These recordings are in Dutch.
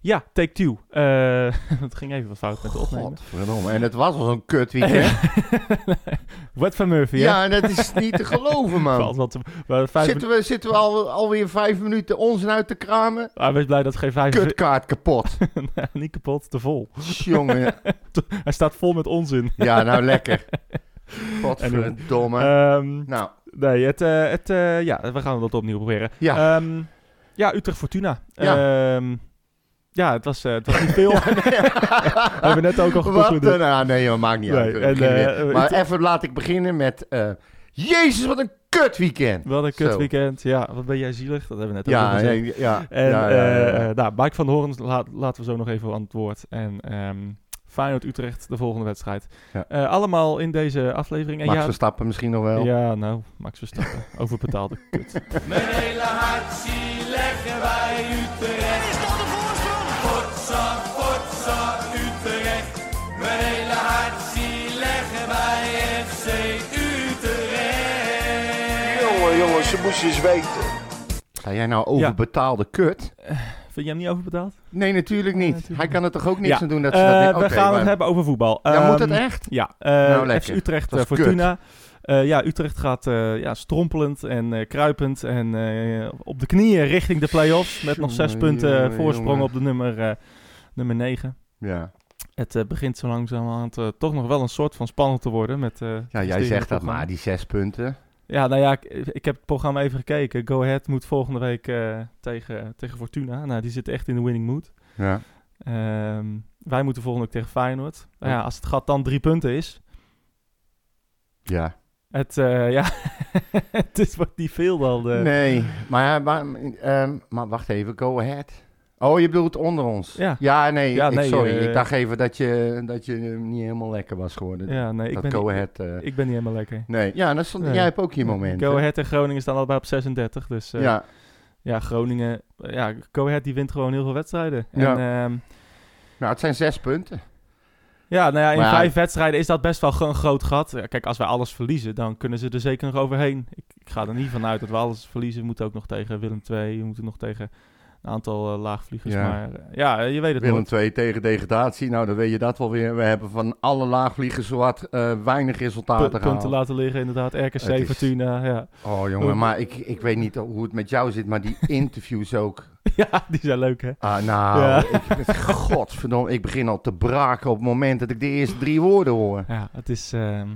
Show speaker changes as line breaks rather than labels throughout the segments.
Ja, Take Two. Eh, het ging even wat fout met de opname.
Godverdomme. En het was al zo'n kut weekend.
Wet van Murphy, hè?
Ja, dat is niet te geloven,
Valt
man.
wat te- we, vijf
Zitten we, zitten we al, alweer vijf minuten onzin uit te kramen?
minu- ah, wees blij dat het geen vijf
Kutkaart kapot.
niet kapot, te vol.
Jongen.
Hij staat vol met onzin.
Ja, nou lekker. Godverdomme.
Ehm,
nou,
nee, het, eh, het, eh, ja, we gaan dat opnieuw proberen.
ja.
Ehm, ja, Utrecht Fortuna. Ja, ja het, was, eh, het was niet veel. we hebben net ook al
Wat?
gekocht.
eh, nou, nee, joh, maakt niet
Nee,
uit. We
en,
beginnen weer.
eh,
maar
het-
even laat ik beginnen met... eh, Jezus, wat een kut weekend.
Wat een
Zo.
kut weekend. Ja, wat ben jij zielig. Dat hebben we net ook al
Ja,
gezegd.
nee, ja.
En
ja, ja, ja, ja.
eh, nou, Mike van Horens laat, laten we zo nog even antwoord. En ehm Feyenoord-Utrecht, de volgende wedstrijd.
Ja.
Eh, allemaal in deze aflevering. En
Max
eh, ja,
Verstappen misschien nog wel.
ja, nou, Max Verstappen. Overbetaalde kut.
Mijn hele hart zie leggen wij Utrecht. Is dat de voorsprong? Potsa, potsa, Utrecht. Mijn hele hart zie leggen wij FC Utrecht.
Jongen, jongen, ze moesten eens weten.
Ga jij nou overbetaalde kut?
Vind je hem niet overbetaald?
Nee, natuurlijk niet.
natuurlijk
Hij kan er toch ook niks
Ja.
aan doen dat ze
Eh,
dat niet...
we
Oké,
gaan
maar-
het hebben over voetbal.
Ja, moet het
Ehm,
echt?
Ja, eh,
Nou, lekker.
FC Utrecht,
Dat
eh,
is kut.
Fortuna. Eh, ja, Utrecht gaat eh, ja, strompelend en eh, kruipend en eh, op de knieën richting de play-offs. Met nog zes
Jongen,
punten
jongen,
voorsprong
jongen.
op de nummer, eh nummer 9.
Ja.
Het eh, begint zo langzamerhand eh, toch nog wel een soort van spannend te worden. Met, eh,
ja, jij
Stevens
zegt dat
programma.
maar, die zes punten.
Ja, nou ja, ik, ik heb het programma even gekeken. Go Ahead moet volgende week eh, tegen, tegen Fortuna. Nou, die zit echt in de winning mood.
Ja.
Ehm, wij moeten volgende week tegen Feyenoord. Nou
Oh.
ja, als het gat dan drie punten is.
Ja.
Het, eh, ja, het is wat niet veel dan. eh.
Nee, maar, ja, maar, ehm, maar wacht even, go ahead. Oh, je bedoelt onder ons?
Ja.
nee,
Ja,
ik-
nee,
sorry.
eh,
ik dacht even dat je, dat je eh, niet helemaal lekker was geworden.
Ja, nee, ik
dat
ben,
go
niet,
ahead... eh,
ik ben niet helemaal lekker.
nee, ja, dat stond,
Nee.
jij hebt ook je moment.
Go Ahead en Groningen staan allebei op 36. Dus eh,
Ja,
ja, Groningen... eh, Ja, Go Ahead die wint gewoon heel veel wedstrijden. En,
Ja.
ehm,
nou, het zijn zes punten.
Ja, nou ja, in
Maar ja,
vijf
ik-
wedstrijden is dat best wel gewoon een groot gat. Ja, Kijk, als wij alles verliezen, dan kunnen ze er zeker nog overheen. Ik, ik ga er niet van uit dat we alles verliezen. We moeten ook nog tegen Willem II, we moeten nog tegen een aantal eh, laagvliegers.
Ja.
Maar eh, ja, je weet het
Willem
nooit.
2 tegen degradatie. Nou, dan weet je dat wel weer. We hebben van alle laagvliegers zowat eh weinig
Pu-
resultaten gehaald.
punten laten liggen, inderdaad. RKC,
Het is-
Fortuna, ja.
Oh jongen, maar ik, ik weet niet hoe het met jou zit, maar die interviews ook.
ja, die zijn leuk, hè?
Ah, nou,
Ja.
ik, godverdomme, ik begin al te braken op het moment dat ik de eerste drie woorden hoor.
Ja, het is, ehm,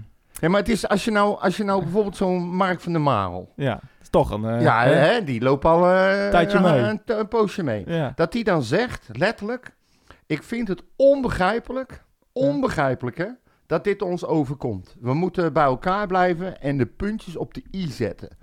Ja, maar het is, als je nou, als je nou bijvoorbeeld zo'n Mark van der Marel.
ja, het is toch een... eh,
ja,
hè?
hè, die loopt al eh,
Tijdje
een,
mee.
Een, een poosje mee.
Ja.
Dat die dan zegt, letterlijk, ik vind het onbegrijpelijk, onbegrijpelijk hè, dat dit ons overkomt. We moeten bij elkaar blijven en de puntjes op de i zetten.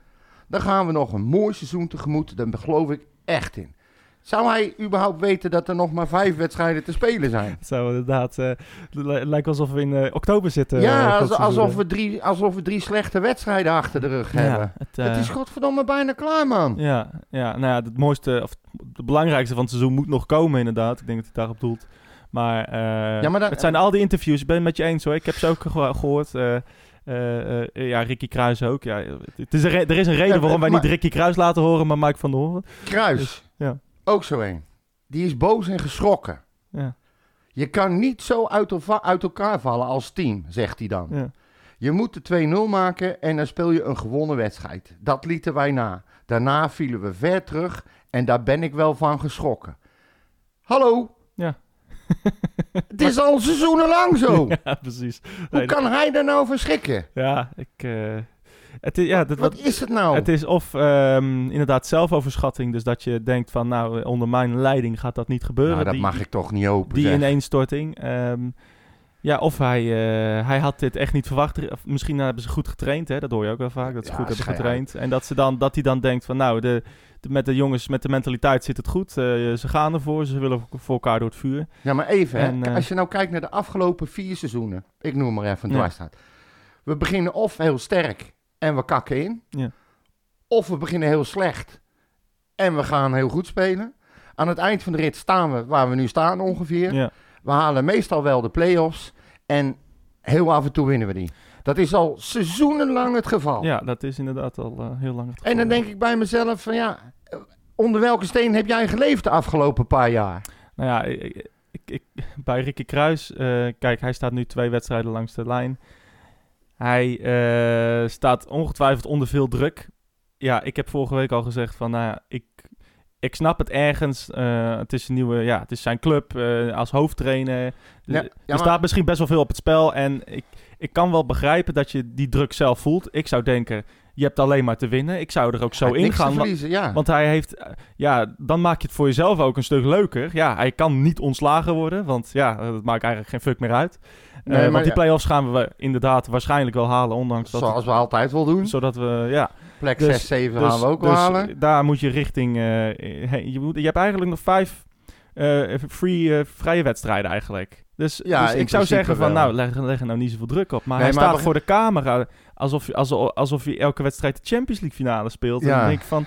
Dan gaan we nog een mooi seizoen tegemoet, daar geloof ik echt in. Zou hij überhaupt weten dat er nog maar vijf wedstrijden te spelen zijn?
Het zou inderdaad... eh, het li- lijkt alsof we in eh, oktober zitten. eh,
ja, als-
dat
alsof,
seizoen.
we drie, alsof we drie slechte wedstrijden achter de rug hebben.
Ja, het, eh,
het is godverdomme bijna klaar, man.
Ja, ja, nou ja, het mooiste, of het belangrijkste van het seizoen moet nog komen, inderdaad. Ik denk dat hij daarop doelt. Maar, eh,
Ja, maar dan-
het zijn al die interviews, ik ben het met je eens hoor. Ik heb ze ook ge- gehoord. eh, eh, eh, ja, Ricky Kruis ook. Ja, het is een re- er is een reden
Ja,
waarom wij
maar-
niet Ricky Kruis laten horen, maar Mike van der Horen.
Kruis,
ja.
ook zo een. Die is boos en geschrokken.
Ja,
Je kan niet zo uit, elva- uit elkaar vallen als team, zegt hij dan.
ja.
Je moet de 2-0 maken en dan speel je een gewonnen wedstrijd. Dat lieten wij na. Daarna vielen we ver terug en daar ben ik wel van geschrokken. Hallo?
Ja.
Het is al seizoenenlang zo.
Ja, precies.
Hoe
Nee,
kan hij daar nou van schrikken?
Ja, ik... eh, het is, ja, dat,
Wat is het nou?
Het is of ehm, inderdaad zelfoverschatting, dus dat je denkt van nou, onder mijn leiding gaat dat niet gebeuren.
nou, dat
Die-
mag ik toch niet hopen.
Die
zeg.
ineenstorting. Ehm ja, of hij, eh, hij had dit echt niet verwacht. Of misschien hebben ze goed getraind, hè? dat hoor je ook wel vaak. Dat ze
Ja,
goed hebben
schijt.
getraind. En dat, ze dan, dat hij dan denkt van nou, de, de- met de jongens, met de mentaliteit zit het goed. Eh, ze gaan ervoor, ze willen voor- voor elkaar door het vuur.
Ja, maar even,
En,
hè,
eh,
als je nou kijkt naar de afgelopen vier seizoenen, ik noem maar even een
Ja.
dwarsstaat. We beginnen of heel sterk en we kakken in,
Ja.
of we beginnen heel slecht en we gaan heel goed spelen. Aan het eind van de rit staan we waar we nu staan ongeveer.
Ja.
We halen meestal wel de play-offs en heel af en toe winnen we die. Dat is al seizoenenlang het geval.
ja, dat is inderdaad al eh, heel lang het
Oh. En dan
geval.
denk ik bij mezelf van ja, eh, onder welke steen heb jij geleefd de afgelopen paar jaar?
Nou ja, ik, ik, ik, bij Ricky Kruis, eh, kijk, hij staat nu twee wedstrijden langs de lijn. Hij eh, staat ongetwijfeld onder veel druk. Ja, ik heb vorige week al gezegd van, nou ja, ik, ik snap het ergens. Eh, het is een nieuwe, ja, het is zijn club eh, als hoofdtrainer.
Ja,
er
ja, maar-
staat misschien best wel veel op het spel en ik, ik kan wel begrijpen dat je die druk zelf voelt. Ik zou denken, je hebt alleen maar te winnen. Ik zou er ook zo
Hij heeft
in
niks te
gaan. wa-
verliezen, ja.
want hij heeft, eh, ja, dan maak je het voor jezelf ook een stuk leuker. Ja, hij kan niet ontslagen worden, want ja, eh, dat maakt eigenlijk geen fuck meer uit. Eh,
Nee, maar
want die
ja.
play-offs gaan we inderdaad waarschijnlijk wel halen, ondanks dat...
Zoals we altijd wel doen.
zodat we, ja.
Plek
dus-
6, 7 gaan we ook wel
dus
halen.
daar moet je richting... eh, heen. je, moet, je hebt eigenlijk nog vijf eh, free, eh, vrije wedstrijden eigenlijk. Dus,
Ja,
dus
in
ik zou
principe
zeggen van,
wel.
nou, leg, leg er nou niet zoveel druk op. Maar
Nee,
hij
maar
staat
beg-
voor de camera alsof, je- alsof, alsof je elke wedstrijd de Champions League finale speelt. En
Ja.
dan denk ik van,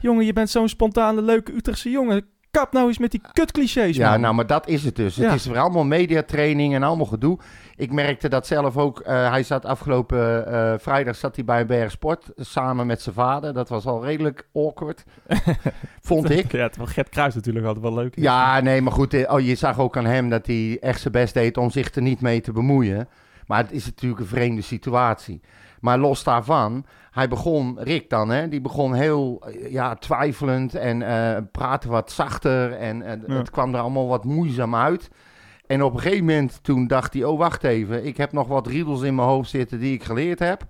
jongen, je bent zo'n spontane, leuke Utrechtse jongen. Kap nou eens met die kutclichés,
Ja,
man.
nou, maar dat is het dus.
Ja.
Het is weer allemaal mediatraining en allemaal gedoe. Ik merkte dat zelf ook. eh, hij zat afgelopen eh, vrijdag zat hij bij Berg Sport eh, samen met zijn vader. Dat was al redelijk awkward, vond ik.
Ja, terwijl Gert Kruis natuurlijk altijd wel leuk. is.
Ja, nee, maar goed. eh, Oh, je zag ook aan hem dat hij echt zijn best deed om zich er niet mee te bemoeien. Maar het is natuurlijk een vreemde situatie. Maar los daarvan, hij begon, Rick dan, hè, die begon heel eh, ja, twijfelend en eh praatte wat zachter. En eh,
Ja.
het kwam er allemaal wat moeizaam uit. En op een gegeven moment toen dacht hij, oh wacht even, ik heb nog wat riedels in mijn hoofd zitten die ik geleerd heb.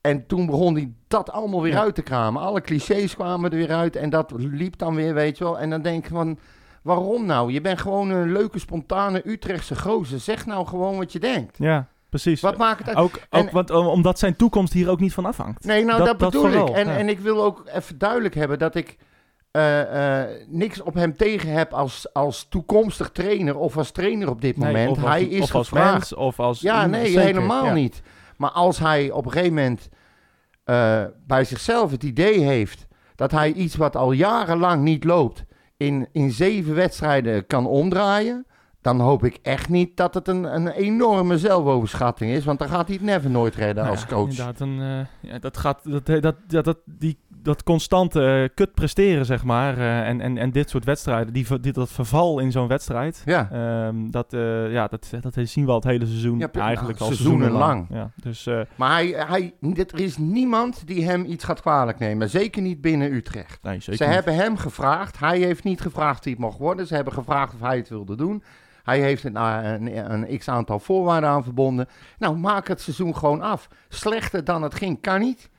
En toen begon hij dat allemaal weer
Ja.
uit te kramen. Alle clichés kwamen er weer uit en dat liep dan weer, weet je wel. En dan denk ik van, waarom nou? Je bent gewoon een leuke, spontane Utrechtse gozer. Zeg nou gewoon wat je denkt.
Ja, precies.
Wat maakt het uit?
Ook, ook
en-
want, om- omdat zijn toekomst hier ook niet van afhangt.
Nee, nou,
Dat-
dat,
dat
bedoel ik.
vooral,
en,
ja.
en ik wil ook even duidelijk hebben dat ik eh, eh, niks op hem tegen heb als, als toekomstig trainer of als trainer op dit
Nee,
moment.
of als-
hij is
of als
gevraagd.
mens, of als...
Ja, nee,
Mm, zeker,
helemaal
ja.
niet. Maar als hij op een gegeven moment eh, bij zichzelf het idee heeft dat hij iets wat al jarenlang niet loopt, in, in zeven wedstrijden kan omdraaien. Dan hoop ik echt niet dat het een, een enorme zelfoverschatting is. Want dan gaat hij het never nooit redden
Nou
als
ja,
coach.
Inderdaad, een, eh, ja, dat gaat, dat, dat, dat, dat, die, dat constante eh, kut presteren, zeg maar, eh, en, en, en dit soort wedstrijden, die, ver- die, dat verval in zo'n wedstrijd,
Ja.
ehm, dat, eh, ja, dat, dat zien we al het hele seizoen,
Ja, nou,
eigenlijk al
seizoenenlang.
Ja, dus eh,
Maar hij, hij, dit- er is niemand die hem iets gaat kwalijk nemen. Zeker niet binnen Utrecht.
nee, zeker
Ze
niet.
hebben hem gevraagd. Hij heeft niet gevraagd wie het mocht worden. Ze hebben gevraagd of hij het wilde doen. Hij heeft een, eh, een, een x aantal voorwaarden aan verbonden. Nou, maak het seizoen gewoon af. Slechter dan het ging, kan niet.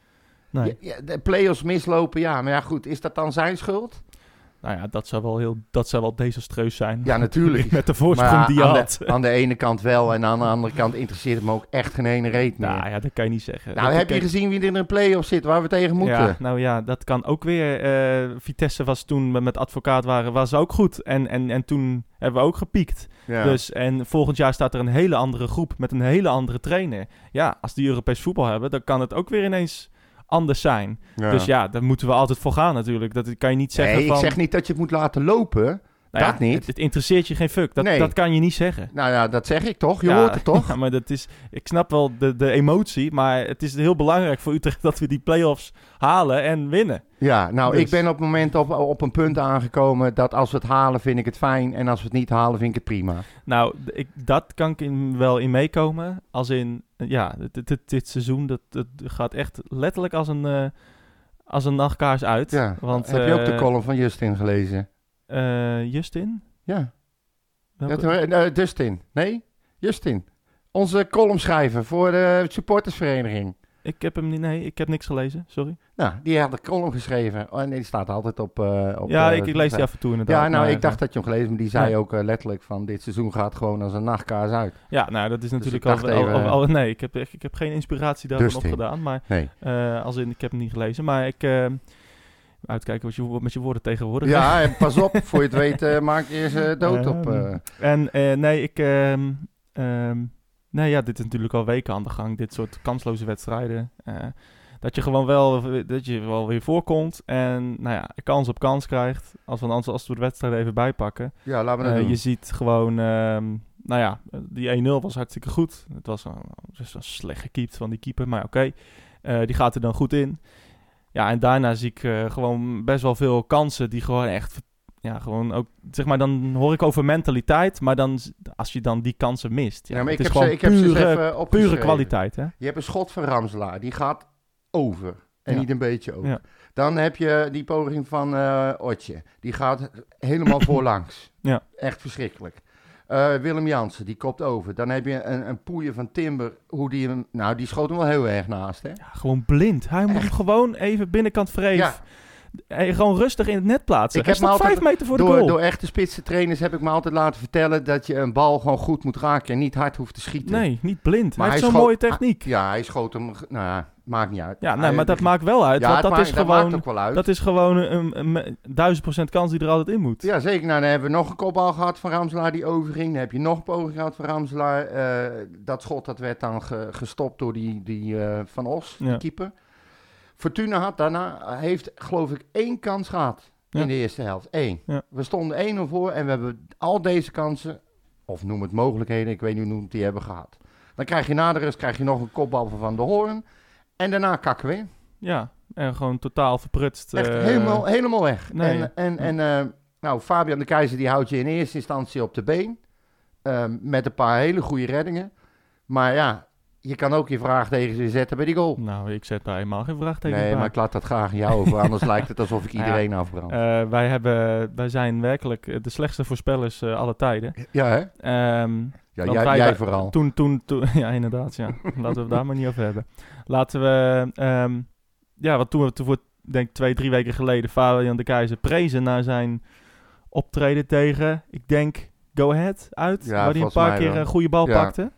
Nee.
Ja, ja, de play-offs mislopen, ja. Maar ja, goed, is dat dan zijn schuld?
Nou ja, dat zou wel heel, dat zou wel desastreus zijn.
Ja, natuurlijk.
Met de voorsprong
Maar
die je
aan,
had.
de, aan de ene kant wel en aan de andere kant interesseert hem ook echt geen ene reet meer.
Nou ja, dat kan je niet zeggen.
nou,
Dat-
heb je
kijk,
gezien wie er in een play-off zit, waar we tegen moeten?
Ja, nou ja, dat kan ook weer. eh, Vitesse was toen we met advocaat waren, was ook goed. En, en, en toen hebben we ook gepiekt.
Ja.
Dus, en volgend jaar staat er een hele andere groep met een hele andere trainer. Ja, als die Europees voetbal hebben, dan kan het ook weer ineens anders zijn.
Ja.
Dus ja, daar moeten we altijd voor gaan natuurlijk. Dat kan je niet zeggen
nee,
van...
ik zeg niet dat je het moet laten lopen.
nou ja,
dat niet.
Het, het interesseert je geen fuck. Dat,
Nee.
dat kan je niet zeggen.
Nou ja, dat zeg ik toch? Je
Ja,
hoort het toch?
Ja, maar dat is, ik snap wel de, de emotie, maar het is heel belangrijk voor Utrecht dat we die play-offs halen en winnen.
Ja, nou,
Dus-
ik ben op het moment op, op een punt aangekomen dat als we het halen, vind ik het fijn. En als we het niet halen, vind ik het prima.
Nou, d- ik, dat kan ik in, wel in meekomen. Als in, eh, ja, dit, dit, dit seizoen, dat, dat gaat echt letterlijk als een, eh, als een nachtkaars uit.
Ja.
Want,
Heb je ook de
eh,
column van Justin gelezen?
eh, Justin?
Ja,
Welke-
Dat- eh, Dustin. Nee, Justin. Onze columnschrijver voor de supportersvereniging.
Ik heb hem niet, nee, ik heb niks gelezen, sorry.
Nou, die had een column geschreven. Oh, en die staat altijd op... eh, op
ja,
eh,
ik, ik lees die af en toe inderdaad.
Ja, nou,
maar, eh,
ik dacht dat je hem gelezen, maar die zei
Nee.
ook eh, letterlijk van... dit seizoen gaat gewoon als een nachtkaars uit.
eh, Ja, nou, dat is natuurlijk
Dus ik dacht
al, al-
even-
al- al- Nee, ik heb, echt- ik heb geen inspiratie daarvan
Dustin.
opgedaan, maar...
Nee.
Eh, als in, ik heb hem niet gelezen, maar ik... eh, uitkijken wat je wo- met je woorden tegenwoordig.
Ja, en pas op, voor je het weet eh, maak je ze dood op...
Ehm,
eh.
En eh, nee, ik... ehm, ehm, nee, ja, dit is natuurlijk al weken aan de gang. Dit soort kansloze wedstrijden. Eh, dat je gewoon wel, dat je wel weer voorkomt. En nou ja, kans op kans krijgt. Als we, als, als we de wedstrijd even bijpakken.
ja, laten we dat
Eh,
doen.
je ziet gewoon, ehm, nou ja, die 1-0 was hartstikke goed. Het was een, het was een slecht gekiept van die keeper, maar oké. Eh, die gaat er dan goed in. Ja, en daarna zie ik eh, gewoon best wel veel kansen die gewoon echt ja, gewoon ook, zeg maar, dan hoor ik over mentaliteit, maar dan, z- als je dan die kansen mist. Ja,
Ja, maar
het
ik
is
heb ze-
gewoon
ik heb ze eens
pure,
even
pure
opgeschreven.
kwaliteit, hè?
Je hebt een schot van Ramselaar, die gaat over. En
Ja.
niet een beetje over.
Ja.
Dan heb je die poging van eh Otje. Die gaat helemaal voorlangs.
Ja.
Echt verschrikkelijk. Eh, Willem Jansen, die kopt over. Dan heb je een, een poeier van Timber. Hoe die hem, nou, die schoot hem wel heel erg naast. Hè?
Ja, gewoon blind. Hij moet hem gewoon even binnenkant vreef.
Ja.
Hey, gewoon rustig in het net plaatsen.
Ik
Hij
heb me
staat vijf
altijd
meter voor de
Door,
goal.
door echte spitse trainers heb ik me altijd laten vertellen dat je een bal gewoon goed moet raken en niet hard hoeft te schieten.
nee, niet blind. hij
Maar
heeft
hij
zo'n
schoot-
mooie techniek.
Ja, hij schoot hem. ge- Nou ja, maakt niet uit.
Ja, nee,
Hij-
maar dat maakt wel uit.
Ah, Ja,
want
het
dat
maakt-
is
maakt
gewoon,
ook wel uit.
dat is gewoon een, een, een duizend procent kans die er altijd in moet.
Ja, zeker. Nou, dan hebben we nog een kopbal gehad van Ramselaar die overging. Dan heb je nog een poging gehad van Ramselaar. Eh, dat schot dat werd dan ge- gestopt door die, die eh, Van Os,
Ja.
de keeper. Fortuna had daarna, heeft geloof ik één kans gehad
Ja.
in de eerste helft. Eén.
Ja.
We stonden 1-0 voor en we hebben al deze kansen, of noem het mogelijkheden, ik weet niet hoe we die hebben gehad. Dan krijg je na de rust krijg je nog een kopbal van Van de Hoorn. En daarna kakken we in.
Ja, en gewoon totaal verprutst.
Echt
eh,
helemaal, helemaal weg.
nee.
En, en, en eh, nou, Fabian de Keizer die houdt je in eerste instantie op de been. eh, met een paar hele goede reddingen. Maar ja, je kan ook je vraagtekens zetten bij die goal.
Nou, ik zet daar helemaal geen vraagteken
Nee,
bij.
maar ik laat dat graag aan jou over. Anders lijkt het alsof ik iedereen afbrand.
Eh, wij, hebben, wij zijn werkelijk eh, de slechtste voorspellers eh alle tijden.
ja, hè?
Ehm,
Ja,
want
jij,
wij-
jij
wij-
vooral.
Toen, toen, toen, ja, inderdaad. Ja. Laten we het daar maar niet over hebben. Laten we, ehm, ja, wat toen we toen voor, denk ik, twee, drie weken geleden Fabian de Keizer prezen na zijn optreden tegen, ik denk, Go Ahead uit.
Ja,
waar hij een
volgens
paar
mij
keer
wel.
een goede bal
Ja.
pakte.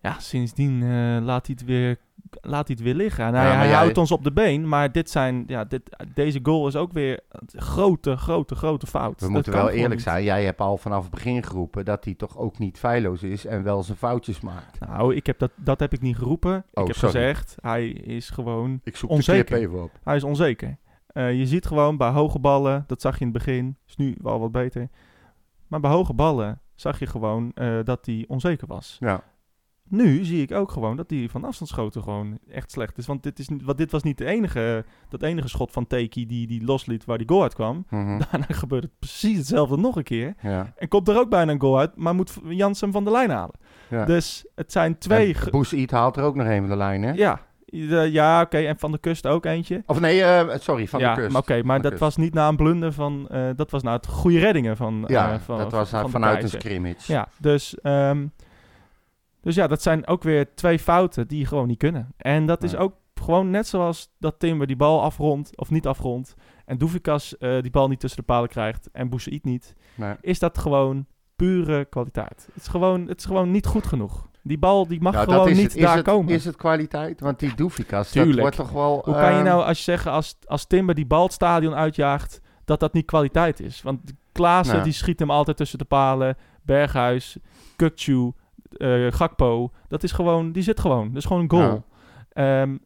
Ja, sindsdien eh, laat, hij het weer, laat hij het weer liggen. En hij,
Ja, maar
hij
jij-
houdt ons op de been, maar dit zijn, ja, dit, deze goal is ook weer een grote, grote, grote fout.
We
Dat
moeten
kan
wel
gewoon
eerlijk
niet.
zijn. Jij hebt al vanaf het begin geroepen dat hij toch ook niet feilloos is en wel zijn foutjes maakt.
Nou, ik heb dat, dat heb ik niet geroepen.
Oh,
ik heb
sorry.
gezegd, hij is gewoon
Ik zoek
de Onzeker. clip
even op.
hij is onzeker. Eh, je ziet gewoon bij hoge ballen, dat zag je in het begin, is nu wel wat beter. Maar bij hoge ballen zag je gewoon eh, dat hij onzeker was.
Ja.
Nu zie ik ook gewoon dat hij van afstandsschoten gewoon echt slecht is. Want dit, is, niet- want dit was niet de enige, dat enige schot van Teki die, die losliet waar die goal uit kwam.
Mhm.
Daarna gebeurt het precies hetzelfde nog een keer.
ja.
En komt er ook bijna een goal uit, maar moet Jansen hem van de lijn halen.
Ja.
Dus het zijn twee...
En
ge-
Boes Eat haalt er ook nog een van de lijn, hè?
ja, Ieder- ja oké. En van de kust ook eentje.
Of nee, eh, sorry, van
ja,
de kust.
maar Oké, maar
Van de
dat was niet na een blunder van... eh, dat was na het goede reddingen van...
Ja,
eh, van,
dat was
van- van de
vanuit een
Keizer.
scrimmage.
Ja, dus... ehm, dus ja, dat zijn ook weer twee fouten die gewoon niet kunnen. En dat is
Nee.
ook gewoon net zoals dat Timber die bal afrondt of niet afrondt... en Doevikas eh, die bal niet tussen de palen krijgt en Boussaïd niet...
Nee.
is dat gewoon pure kwaliteit. Het is gewoon, het is gewoon niet goed genoeg. Die bal die mag
Nou, dat
gewoon
is
niet
het. Is
daar
het,
komen.
Is het kwaliteit? Want die Doefikas, dat
Tuurlijk.
wordt toch wel...
Hoe kan je
eh,
nou, als je zeggen, als, als Timber die bal het stadion uitjaagt, dat dat niet kwaliteit is? Want Klaassen,
Nou.
die schiet hem altijd tussen de palen. Berghuis, Kukcu, eh, Gakpo. Dat is gewoon, die zit gewoon. Dat is gewoon een goal.
Nou.
Ehm,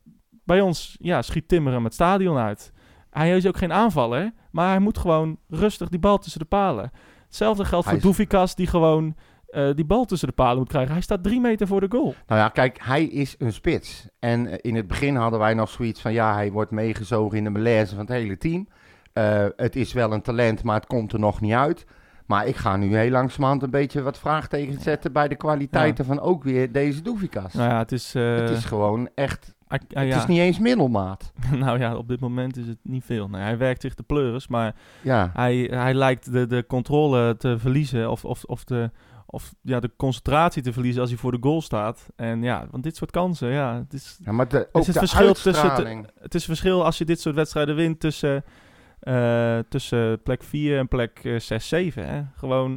bij ons, ja, schiet Timber hem het stadion uit. Hij is ook geen aanvaller, maar hij moet gewoon rustig die bal tussen de palen. Hetzelfde geldt
Hij
voor
is-
Doefikas, die gewoon eh, die bal tussen de palen moet krijgen. Hij staat drie meter voor de goal.
Nou ja, kijk, hij is een spits. En eh, in het begin hadden wij nog zoiets van... Ja, hij wordt meegezogen in de malaise van het hele team. Eh, het is wel een talent, maar het komt er nog niet uit. Maar ik ga nu heel langzamerhand een beetje wat vraagtekens zetten... bij de kwaliteiten van ook weer deze Doefikas.
Nou ja, het is... eh,
het is gewoon echt...
ah, ah, ja.
Het is niet eens middelmaat.
Nou ja, op dit moment is het niet veel. Nee, hij werkt zich de pleuris, maar
Ja,
hij, hij lijkt de, de controle te verliezen of, of, of, de, of ja, de concentratie te verliezen als hij voor de goal staat. En ja, want dit soort kansen, ja, het is,
ja maar de, ook
het
de
verschil tussen de-
uitstraling.
het is verschil als je dit soort wedstrijden wint tussen, eh, tussen plek 4 en plek eh, 6, 7. Hè? Gewoon,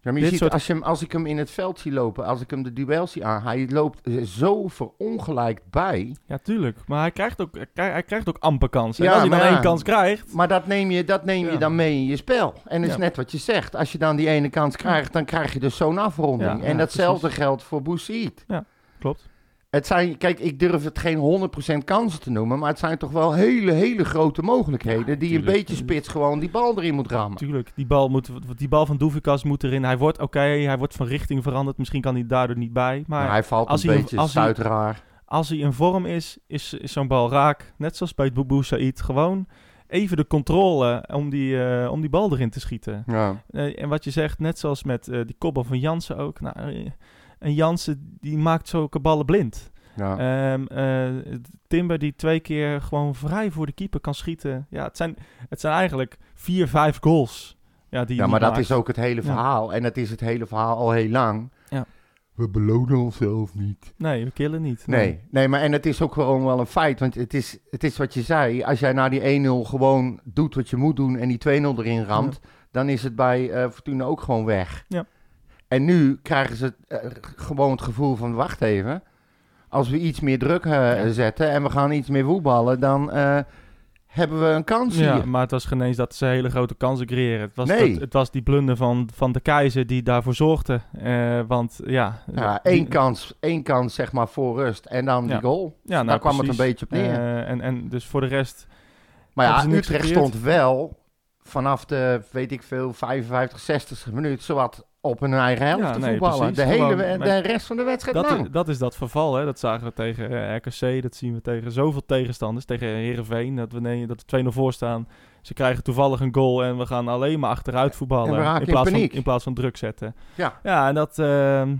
Ja, maar je
Dit
ziet,
soort-
als, je hem, als ik hem in het veld zie lopen, als ik hem de duel zie aan, hij loopt eh, zo verongelijkt bij.
ja, tuurlijk. Maar hij krijgt ook, hij krijgt, hij krijgt ook amper kansen.
Ja,
en als hij
maar
dan
ja.
één kans krijgt,
Maar dat neem je, dat neem
Ja.
je dan mee in je spel. En dat is
Ja.
net wat je zegt. Als je dan die ene kans krijgt, dan krijg je dus zo'n afronding.
Ja,
en
ja,
datzelfde
precies.
geldt voor Boussaïd.
klopt.
Het zijn, kijk, ik durf het geen 100% kansen te noemen, maar het zijn toch wel hele, hele grote mogelijkheden
Ja,
die
tuurlijk.
een beetje spits gewoon die bal erin moet rammen.
Tuurlijk, die bal, moet, want die bal van Doevikas moet erin. Hij wordt oké, hij wordt van richting veranderd. Misschien kan hij daardoor niet bij. Maar
Maar hij valt
als
een
hij-
beetje
als hij-
stuiteraar.
als hij in vorm is, is, is zo'n bal raak. Net zoals bij Boubou Saïd. Gewoon even de controle om die, eh, om die bal erin te schieten.
Ja.
Eh, en wat je zegt, net zoals met eh, die kopbal van Jansen ook. Nou, eh, en Jansen die maakt zulke ballen blind.
Ja.
Ehm, eh, Timber die twee keer gewoon vrij voor de keeper kan schieten. Ja, het zijn, het zijn eigenlijk vier, vijf goals. Ja, die je
ja, maar
niet
dat
maakt.
is ook het hele
Ja.
verhaal. En dat is het hele verhaal al heel lang.
Ja.
We belonen onszelf niet.
Nee, we killen niet.
Nee, nee, maar en het is ook gewoon wel een feit. Want het is, het is wat je zei. Als jij na die 1-0 gewoon doet wat je moet doen en die 2-0 erin ramt, dan is het bij eh, Fortuna ook gewoon weg.
Ja.
En nu krijgen ze eh, gewoon het gevoel van wacht even. Als we iets meer druk eh,
Ja.
zetten en we gaan iets meer voetballen, dan eh, hebben we een kans
Ja,
hier.
maar het was geen eens dat ze hele grote kansen creëren. Het was,
Nee.
dat- het was die blunder van, van de keizer die daarvoor zorgde. Eh, want ja...
Ja,
die-
één kans, één kans zeg maar voor rust en dan
Ja.
die goal.
Ja, nou,
Daar kwam het
precies.
een beetje op neer.
Eh, en, en dus voor de rest...
Maar
Hebben
ja,
ze niks
Utrecht
gecreëerd?
stond wel vanaf de, weet ik veel, 55, 60 minuut, zowat op hun eigen helft
Ja,
te
nee,
voetballen.
precies.
de, hele,
Gewoon,
we- de
maar-
rest van de wedstrijd
Dat,
lang.
i- dat is dat verval, hè. Dat zagen we tegen eh, RKC, dat zien we tegen zoveel tegenstanders. Tegen Herenveen, dat we nee, dat er 2-0 voor staan. Ze krijgen toevallig een goal en we gaan alleen maar achteruit voetballen.
En we raken in
plaats
paniek.
Van, in plaats van druk zetten.
Ja.
Ja, en dat... ehm,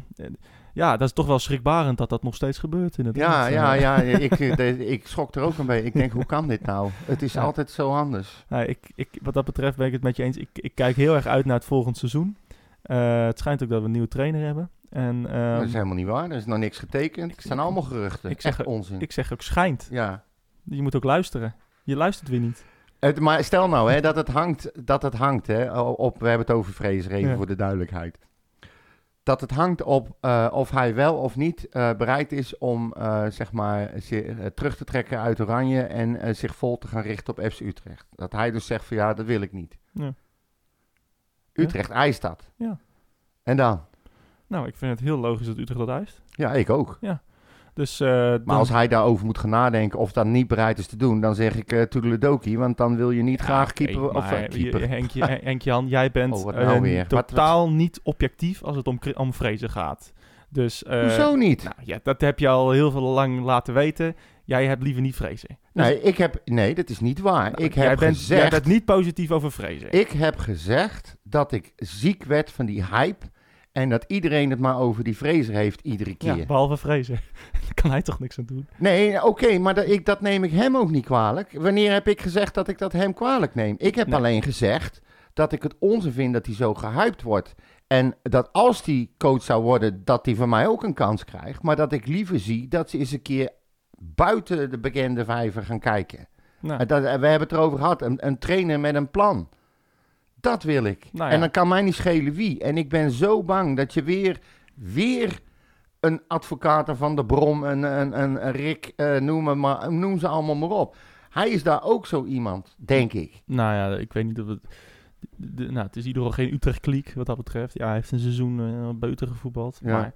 ja, dat is toch wel schrikbarend dat dat nog steeds gebeurt inderdaad.
Ja, ja,
Eh,
ja. ik, de- ik schrok er ook een beetje. Ik denk, hoe kan dit nou? Het is
Ja.
altijd zo anders.
Nou, ik, ik, wat dat betreft ben ik het met je eens. Ik, ik kijk heel erg uit naar het volgend seizoen. Eh, het schijnt ook dat we een nieuwe trainer hebben. En ehm,
dat is helemaal niet waar. Er is nog niks getekend. Het zijn allemaal geruchten.
ik zeg-
Echt onzin.
ik zeg ook schijnt.
ja.
Je moet ook luisteren. Je luistert weer niet.
Het, maar stel nou hè, dat het hangt, dat het hangt hè, op, we hebben het over Fraser even
Ja.
voor de duidelijkheid. Dat het hangt op eh, of hij wel of niet eh, bereid is om eh, zeg maar, zi- eh, terug te trekken uit Oranje en eh, zich vol te gaan richten op FC Utrecht. Dat hij dus zegt van ja, dat wil ik niet.
Ja.
Utrecht eist dat.
Ja.
En dan?
Nou, ik vind het heel logisch dat Utrecht dat eist.
Ja, ik ook.
Dus, eh, dan-
Maar als hij daarover moet gaan nadenken of dat niet bereid is te doen, dan zeg ik eh toedeledokie, want dan wil je niet graag
Oké,
keeper... of,
maar
eh, keeper.
je- Henkje, Hen- Henk-Jan, jij bent
Oh, wat nou
eh,
weer? Wat-
totaal niet objectief als het om, kri- om vrezen gaat. Dus, eh,
Hoezo niet?
Nou, ja, dat heb je al heel veel lang laten weten. Jij hebt liever niet vrezen.
Nee, ik heb, nee, dat is niet waar.
Dus Nou,
ik,
jij
heb
bent, jij
gezegd,
bent niet positief over vrezen.
ik heb gezegd dat ik ziek werd van die hype. En dat iedereen het maar over die vrezer heeft iedere keer.
Ja, behalve vrezen. Daar kan hij toch niks aan doen.
Nee, oké, maar dat, ik, dat neem ik hem ook niet kwalijk. Wanneer heb ik gezegd dat ik dat hem kwalijk neem? Ik heb
Nee.
alleen gezegd dat ik het onzin vind dat hij zo gehyped wordt. En dat als die coach zou worden, dat hij van mij ook een kans krijgt. Maar dat ik liever zie dat ze eens een keer buiten de bekende vijver gaan kijken.
Nou,
En Dat, en we hebben het erover gehad. Een, een trainer met een plan. Dat wil ik.
Nou ja.
En dan kan mij niet schelen wie. En ik ben zo bang dat je weer, weer een advocaat van de Brom, een, een, een, een Rick, eh, noem, hem maar, noem ze allemaal maar op. Hij is daar ook zo iemand, denk ik.
nou ja, ik weet niet of het... de- de- nou, het is in ieder geval geen Utrecht-kliek wat dat betreft. Ja, hij heeft een seizoen eh, buiten gevoetbald.
Ja.
Maar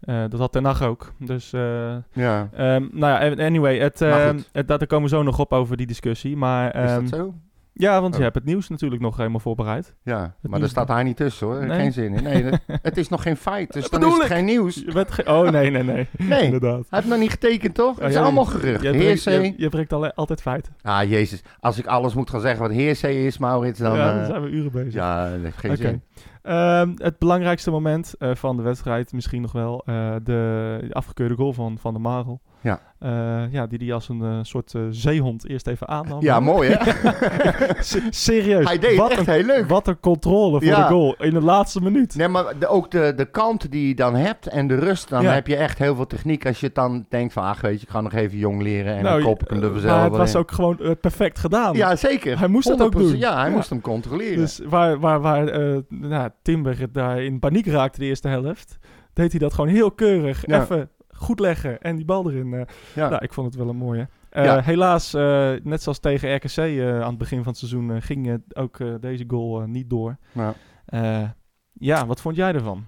eh, dat had Ten Hag ook. Dus... eh,
Ja.
Ehm, nou ja, anyway, het,
Maar
ehm
goed.
het, daar komen we zo nog op over die discussie. Maar,
Is
ehm,
dat zo?
Ja, want je
Oh.
hebt het nieuws natuurlijk nog helemaal voorbereid.
Ja, maar daar
nieuws-
staat hij niet tussen hoor.
Nee.
Geen zin in. Nee, dat- het is nog geen feit, dus
Dat
dan is
bedoel
het
ik.
geen nieuws.
Je bent ge- oh, nee, nee, nee.
Nee, hij
Inderdaad.
heeft nog niet getekend toch?
Oh,
het is
jij-
allemaal gerucht.
Je brengt,
Heersee.
je, je brengt alle- altijd feiten.
Ah, jezus. Als ik alles moet gaan zeggen wat heersee is, Maurits, dan...
ja,
eh,
dan zijn we uren bezig.
Ja, dat heeft geen
Oké.
zin.
Ehm, het belangrijkste moment eh, van de wedstrijd, misschien nog wel, eh, de afgekeurde goal van Van der Marel.
Ja.
Eh, ja, die die als een eh, soort eh, zeehond eerst even aannam.
Ja, mooi hè?
Se- serieus.
Hij deed
Oh, wat,
echt
een,
heel leuk.
wat een controle voor
Ja.
de goal in de laatste minuut.
Nee, maar de- ook de, de kalmte die je dan hebt en de rust, dan
Ja.
heb je echt heel veel techniek. Als je het dan denkt van, ach weet je, ik ga nog even jong leren en dan kop ik hem
eh,
er
Maar
vanzelf
het
wel
was
in.
ook gewoon eh, perfect gedaan.
Ja, zeker.
Hij moest dat ook
100%.
doen.
Ja, hij
Ja.
moest hem controleren.
dus waar, waar, waar eh, nou, Timber daar in paniek raakte de eerste helft, deed hij dat gewoon heel keurig.
Ja.
Even goed leggen en die bal erin. eh.
ja.
Nou, ik vond het wel een mooie. Eh,
Ja.
Helaas, eh, net zoals tegen RKC eh, aan het begin van het seizoen, eh, ging eh, ook eh, deze goal eh, niet door.
Ja.
Eh, ja, wat vond jij ervan?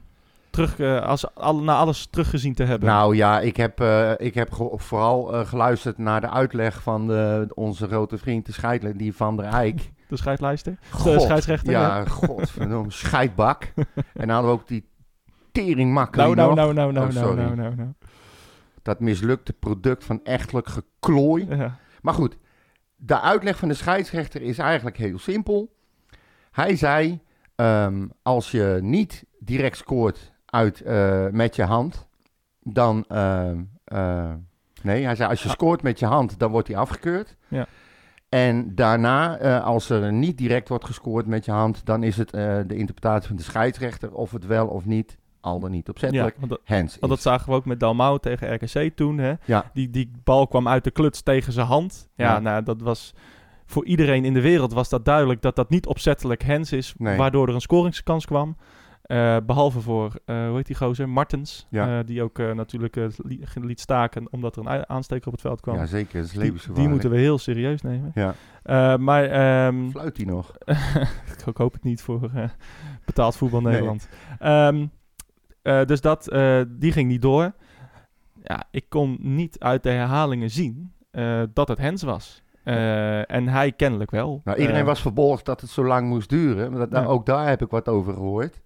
Terug, eh, als, al, na alles teruggezien te hebben.
Nou ja, ik heb, eh, ik heb ge- vooral eh, geluisterd naar de uitleg van de, onze grote vriend, de scheidler, die Van der Eyck.
de scheidlijster.
God,
scheidsrechter,
Ja, godverdomme, scheidbak. En dan hadden we ook die tering
Nou,
makkelijk
nou, nou, nou, nou,
Oh,
nou,
sorry.
nou, nou, nou.
dat mislukte product van echtelijk geklooi.
Ja.
Maar goed, de uitleg van de scheidsrechter is eigenlijk heel simpel. Hij zei, ehm, als je niet direct scoort uit, eh, met je hand, dan... ehm, eh, nee, hij zei, als je scoort met je hand, dan wordt hij afgekeurd.
Ah. Ja.
En daarna, eh, als er niet direct wordt gescoord met je hand, dan is het eh, de interpretatie van de scheidsrechter of het wel of niet, al dan niet
Ja,
opzettelijk,
want dat,
hands
want
is.
dat zagen we ook met Dalmau tegen RKC toen. Hè?
Ja.
Die, die bal kwam uit de kluts tegen zijn hand. Ja,
Ja.
nou, dat was... Voor iedereen in de wereld was dat duidelijk dat dat niet opzettelijk hands is,
Nee.
waardoor er een scoringskans kwam. Eh, behalve voor, eh, hoe heet die gozer, Martens,
Ja.
eh, die ook eh, natuurlijk eh, li- liet staken omdat er een a- aansteker op het veld kwam.
Ja, zeker. Dat is
die, die
levensgevaarlijk.
moeten we heel serieus nemen.
Ja.
Eh, maar ehm,
Fluit hij nog?
ik hoop het niet voor eh, betaald voetbal Nederland. Ehm, eh, dus dat, eh, die ging niet door. Ja, ik kon niet uit de herhalingen zien eh, dat het Hens was. Eh, en hij kennelijk wel.
Nou, iedereen
Eh,
was verbolgen dat het zo lang moest duren. Maar dat, nou,
Ja.
ook daar heb ik wat over gehoord.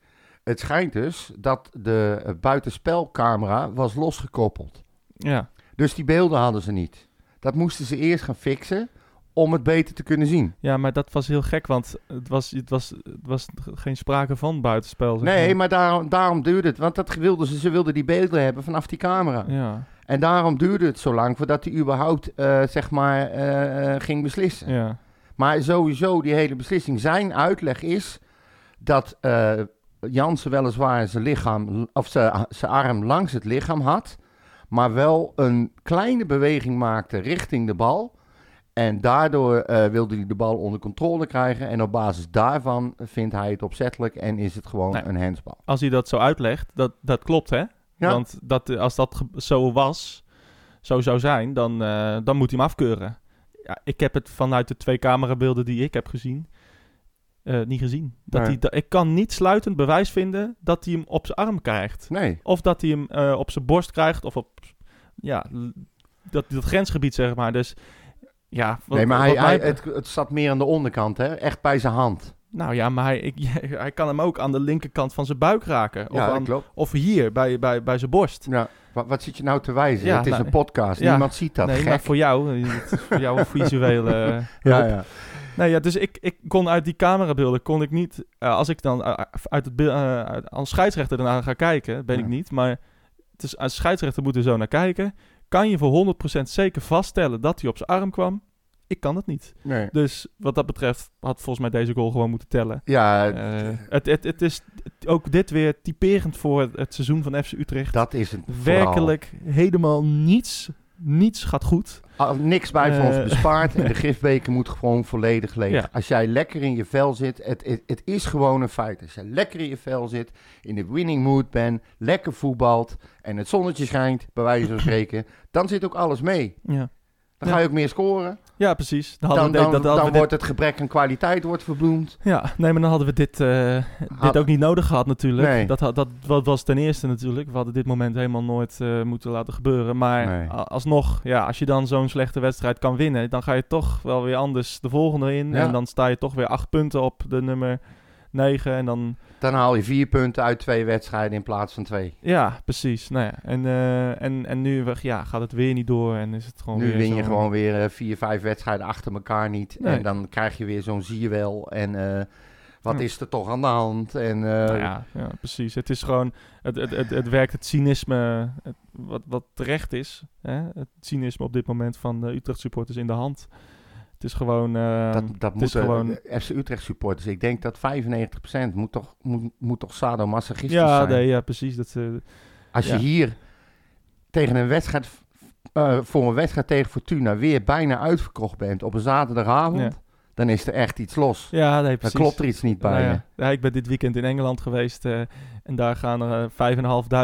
Het schijnt dus dat de eh, buitenspelcamera was losgekoppeld.
Ja,
Dus die beelden hadden ze niet. Dat moesten ze eerst gaan fixen om het beter te kunnen zien.
ja, maar dat was heel gek, want het was, het was, het was geen sprake van buitenspel. zeg
Nee, maar daarom, daarom duurde het. Want dat wilden ze. Ze wilden die beelden hebben vanaf die camera.
Ja,
En daarom duurde het zo lang voordat hij überhaupt, eh, zeg maar, eh, eh, ging beslissen.
ja,
Maar sowieso, die hele beslissing. Zijn uitleg is dat eh Jansen weliswaar zijn, lichaam, of zijn, zijn arm langs het lichaam had. Maar wel een kleine beweging maakte richting de bal. En daardoor eh, wilde hij de bal onder controle krijgen. En op basis daarvan vindt hij het opzettelijk en is het gewoon
Nee.
een handsbal.
als hij dat zo uitlegt, dat, dat klopt hè?
Ja.
Want dat, eh, als dat ge- zo was, zo zou zijn, dan, eh, dan moet hij hem afkeuren. Ja, ik heb het vanuit de twee camerabeelden die ik heb gezien, eh, niet gezien. Dat
Nee.
hij, da- ik kan niet sluitend bewijs vinden dat hij hem op zijn arm krijgt.
Nee.
Of dat hij hem eh, op zijn borst krijgt, of op ja, l- dat, dat grensgebied, zeg maar. Dus ja, wat-
nee, maar hij,
wat mij-
hij- het, het zat meer aan de onderkant, hè? echt bij zijn hand.
Nou ja, maar hij, ik, hij kan hem ook aan de linkerkant van zijn buik raken. Of,
ja, dat
aan-
klopt.
of hier, bij, bij, bij zijn borst.
Ja. Wat, wat zit je nou te wijzen?
Ja,
het is
nou,
een podcast,
ja.
niemand ziet dat.
nee,
Gek.
maar voor jou, eh, het is voor jou een visuele... eh,
ja,
hulp.
ja.
Nee, ja, dus ik, ik kon uit die camerabeelden kon ik niet... eh, als ik dan eh, uit het beeld, eh, uit- als scheidsrechter ernaar ga kijken, ben ik
Ja.
niet. Maar het is, als scheidsrechter moet er zo naar kijken. Kan je voor 100% zeker vaststellen dat hij op zijn arm kwam? Ik kan dat niet.
Nee.
Dus wat dat betreft had volgens mij deze goal gewoon moeten tellen.
Ja,
Eh, het, het, het is t- ook dit weer typerend voor het seizoen van FC Utrecht.
dat is het
Werkelijk helemaal niets, niets gaat goed.
vooral. Al- niks bij voor ons
Eh,
bespaard. En de gifbeker moet gewoon volledig leeg.
Ja.
Als jij lekker in je vel zit, het, het, het is gewoon een feit. Als jij lekker in je vel zit, in de winning mood bent, lekker voetbalt en het zonnetje schijnt, bij wijze van spreken, dan zit ook alles mee.
Ja.
Dan
Ja.
ga je ook meer scoren.
Ja, precies. Dan
Dan,
hadden
dan,
we dit- dat hadden
dan
we dit-
wordt het gebrek aan kwaliteit wordt verbloemd.
Ja, nee, maar dan hadden we dit, eh,
Had-
dit ook niet nodig gehad natuurlijk.
Nee.
Dat, had- dat wa- was ten eerste natuurlijk. We hadden dit moment helemaal nooit eh, moeten laten gebeuren. Maar
Nee.
a- alsnog, ja, als je dan zo'n slechte wedstrijd kan winnen... dan ga je toch wel weer anders de volgende in.
Ja.
En dan sta je toch weer acht punten op de nummer negen. En dan,
Dan haal je vier punten uit twee wedstrijden in plaats van twee.
ja, precies. Nou ja, en, eh, en, en nu we- ja, gaat het weer niet door en is het gewoon
Nu
weer
win je
zo'n-
gewoon weer eh, vier, vijf wedstrijden achter elkaar niet.
Nee.
En dan krijg je weer zo'n zie je wel. En eh, wat
Ja.
is er toch aan de hand? En, eh,
Nou ja, ja, precies. Het is gewoon, het, het, het, het werkt het cynisme, het- wat, wat terecht is, hè? het cynisme op dit moment van de Utrecht supporters in de hand. Het is gewoon, ehm,
dat dat
het
moet
is gewoon,
FC Utrecht supporters. Ik denk dat 95% moet toch, moet, moet toch sadomasochistisch
ja,
dus zijn.
nee, ja, precies. Dat, eh,
Als je
ja.
hier tegen een wedstrijd, eh, voor een wedstrijd tegen Fortuna weer bijna uitverkocht bent op een zaterdagavond.
Ja.
Dan is er echt iets los.
ja, nee,
Dan
precies.
klopt er iets niet bij
Nou
je.
ja. Ja, ik ben dit weekend in Engeland geweest eh, en daar gaan er eh,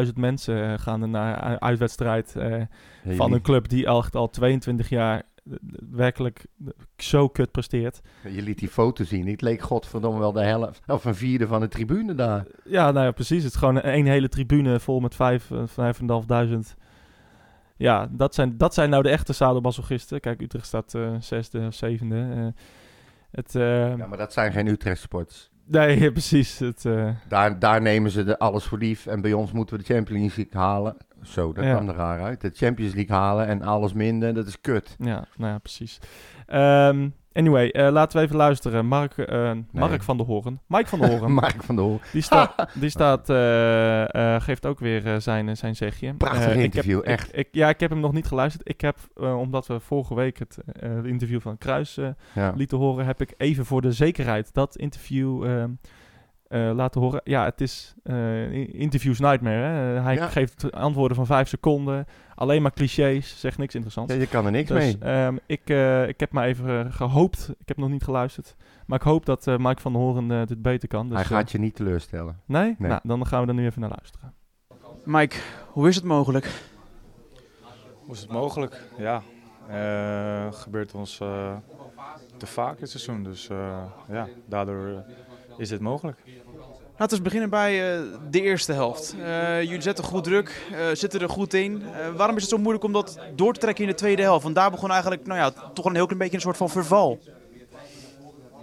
5.500 mensen eh, gaan er naar een uitwedstrijd eh,
Hey,
van
je,
een club die al, al 22 jaar eh, werkelijk zo kut presteert.
liet, je liet die foto zien. Het leek godverdomme wel de helft of een vierde van de tribune daar.
Ja, nou ja, precies. Het is gewoon één hele tribune vol met vijf, eh, vijfenhalfduizend. Ja, dat zijn, dat zijn nou de echte sadomasochisten. Kijk, Utrecht staat eh, zesde of zevende. eh. het, eh,
Ja, maar dat zijn geen Utrecht sports.
Nee, precies. Het, eh,
Daar, daar nemen ze de alles voor lief. En bij ons moeten we de Champions League halen. Zo, dat
Ja.
kwam er raar uit. De Champions League halen en alles minder. Dat is kut.
ja, nou ja, precies. Ehm, anyway, eh, laten we even luisteren. Mark, eh, Mark van der Hoorn. Mike van der Hoorn.
Mark van der Hoorn.
Die, sta, die staat, eh, eh, geeft ook weer eh, zijn, zijn zegje.
Prachtig
Eh, ik heb-
interview,
ik-
echt.
Ik, ja, ik heb hem nog niet geluisterd. Ik heb, eh, omdat we vorige week het eh, interview van Kruis eh,
Ja.
lieten horen, heb ik even voor de zekerheid dat interview ehm, eh, laten horen. Ja, het is eh, i- interviews nightmare. Hè? Eh, Hij
Ja.
geeft antwoorden van vijf seconden, alleen maar clichés, zegt niks interessants.
Ja, je kan er niks
dus
mee.
ehm, ik, eh, ik heb maar even eh, gehoopt, ik heb nog niet geluisterd, maar ik hoop dat eh, Mike van der Hoorn eh, dit beter kan. Dus,
Hij
eh,
gaat je niet teleurstellen.
Nee?
Nee.
Nou, dan gaan we er nu even naar luisteren.
Mike, hoe is het mogelijk?
Hoe is het mogelijk? Ja, eh, gebeurt ons eh, te vaak dit seizoen. Dus eh, ja, daardoor eh, is dit mogelijk.
Laten we eens beginnen bij eh, de eerste helft. Eh, jullie zetten goed druk, eh, zitten er goed in. Eh, waarom is het zo moeilijk om dat door te trekken in de tweede helft? Want daar begon eigenlijk nou ja, toch een heel klein beetje een soort van verval.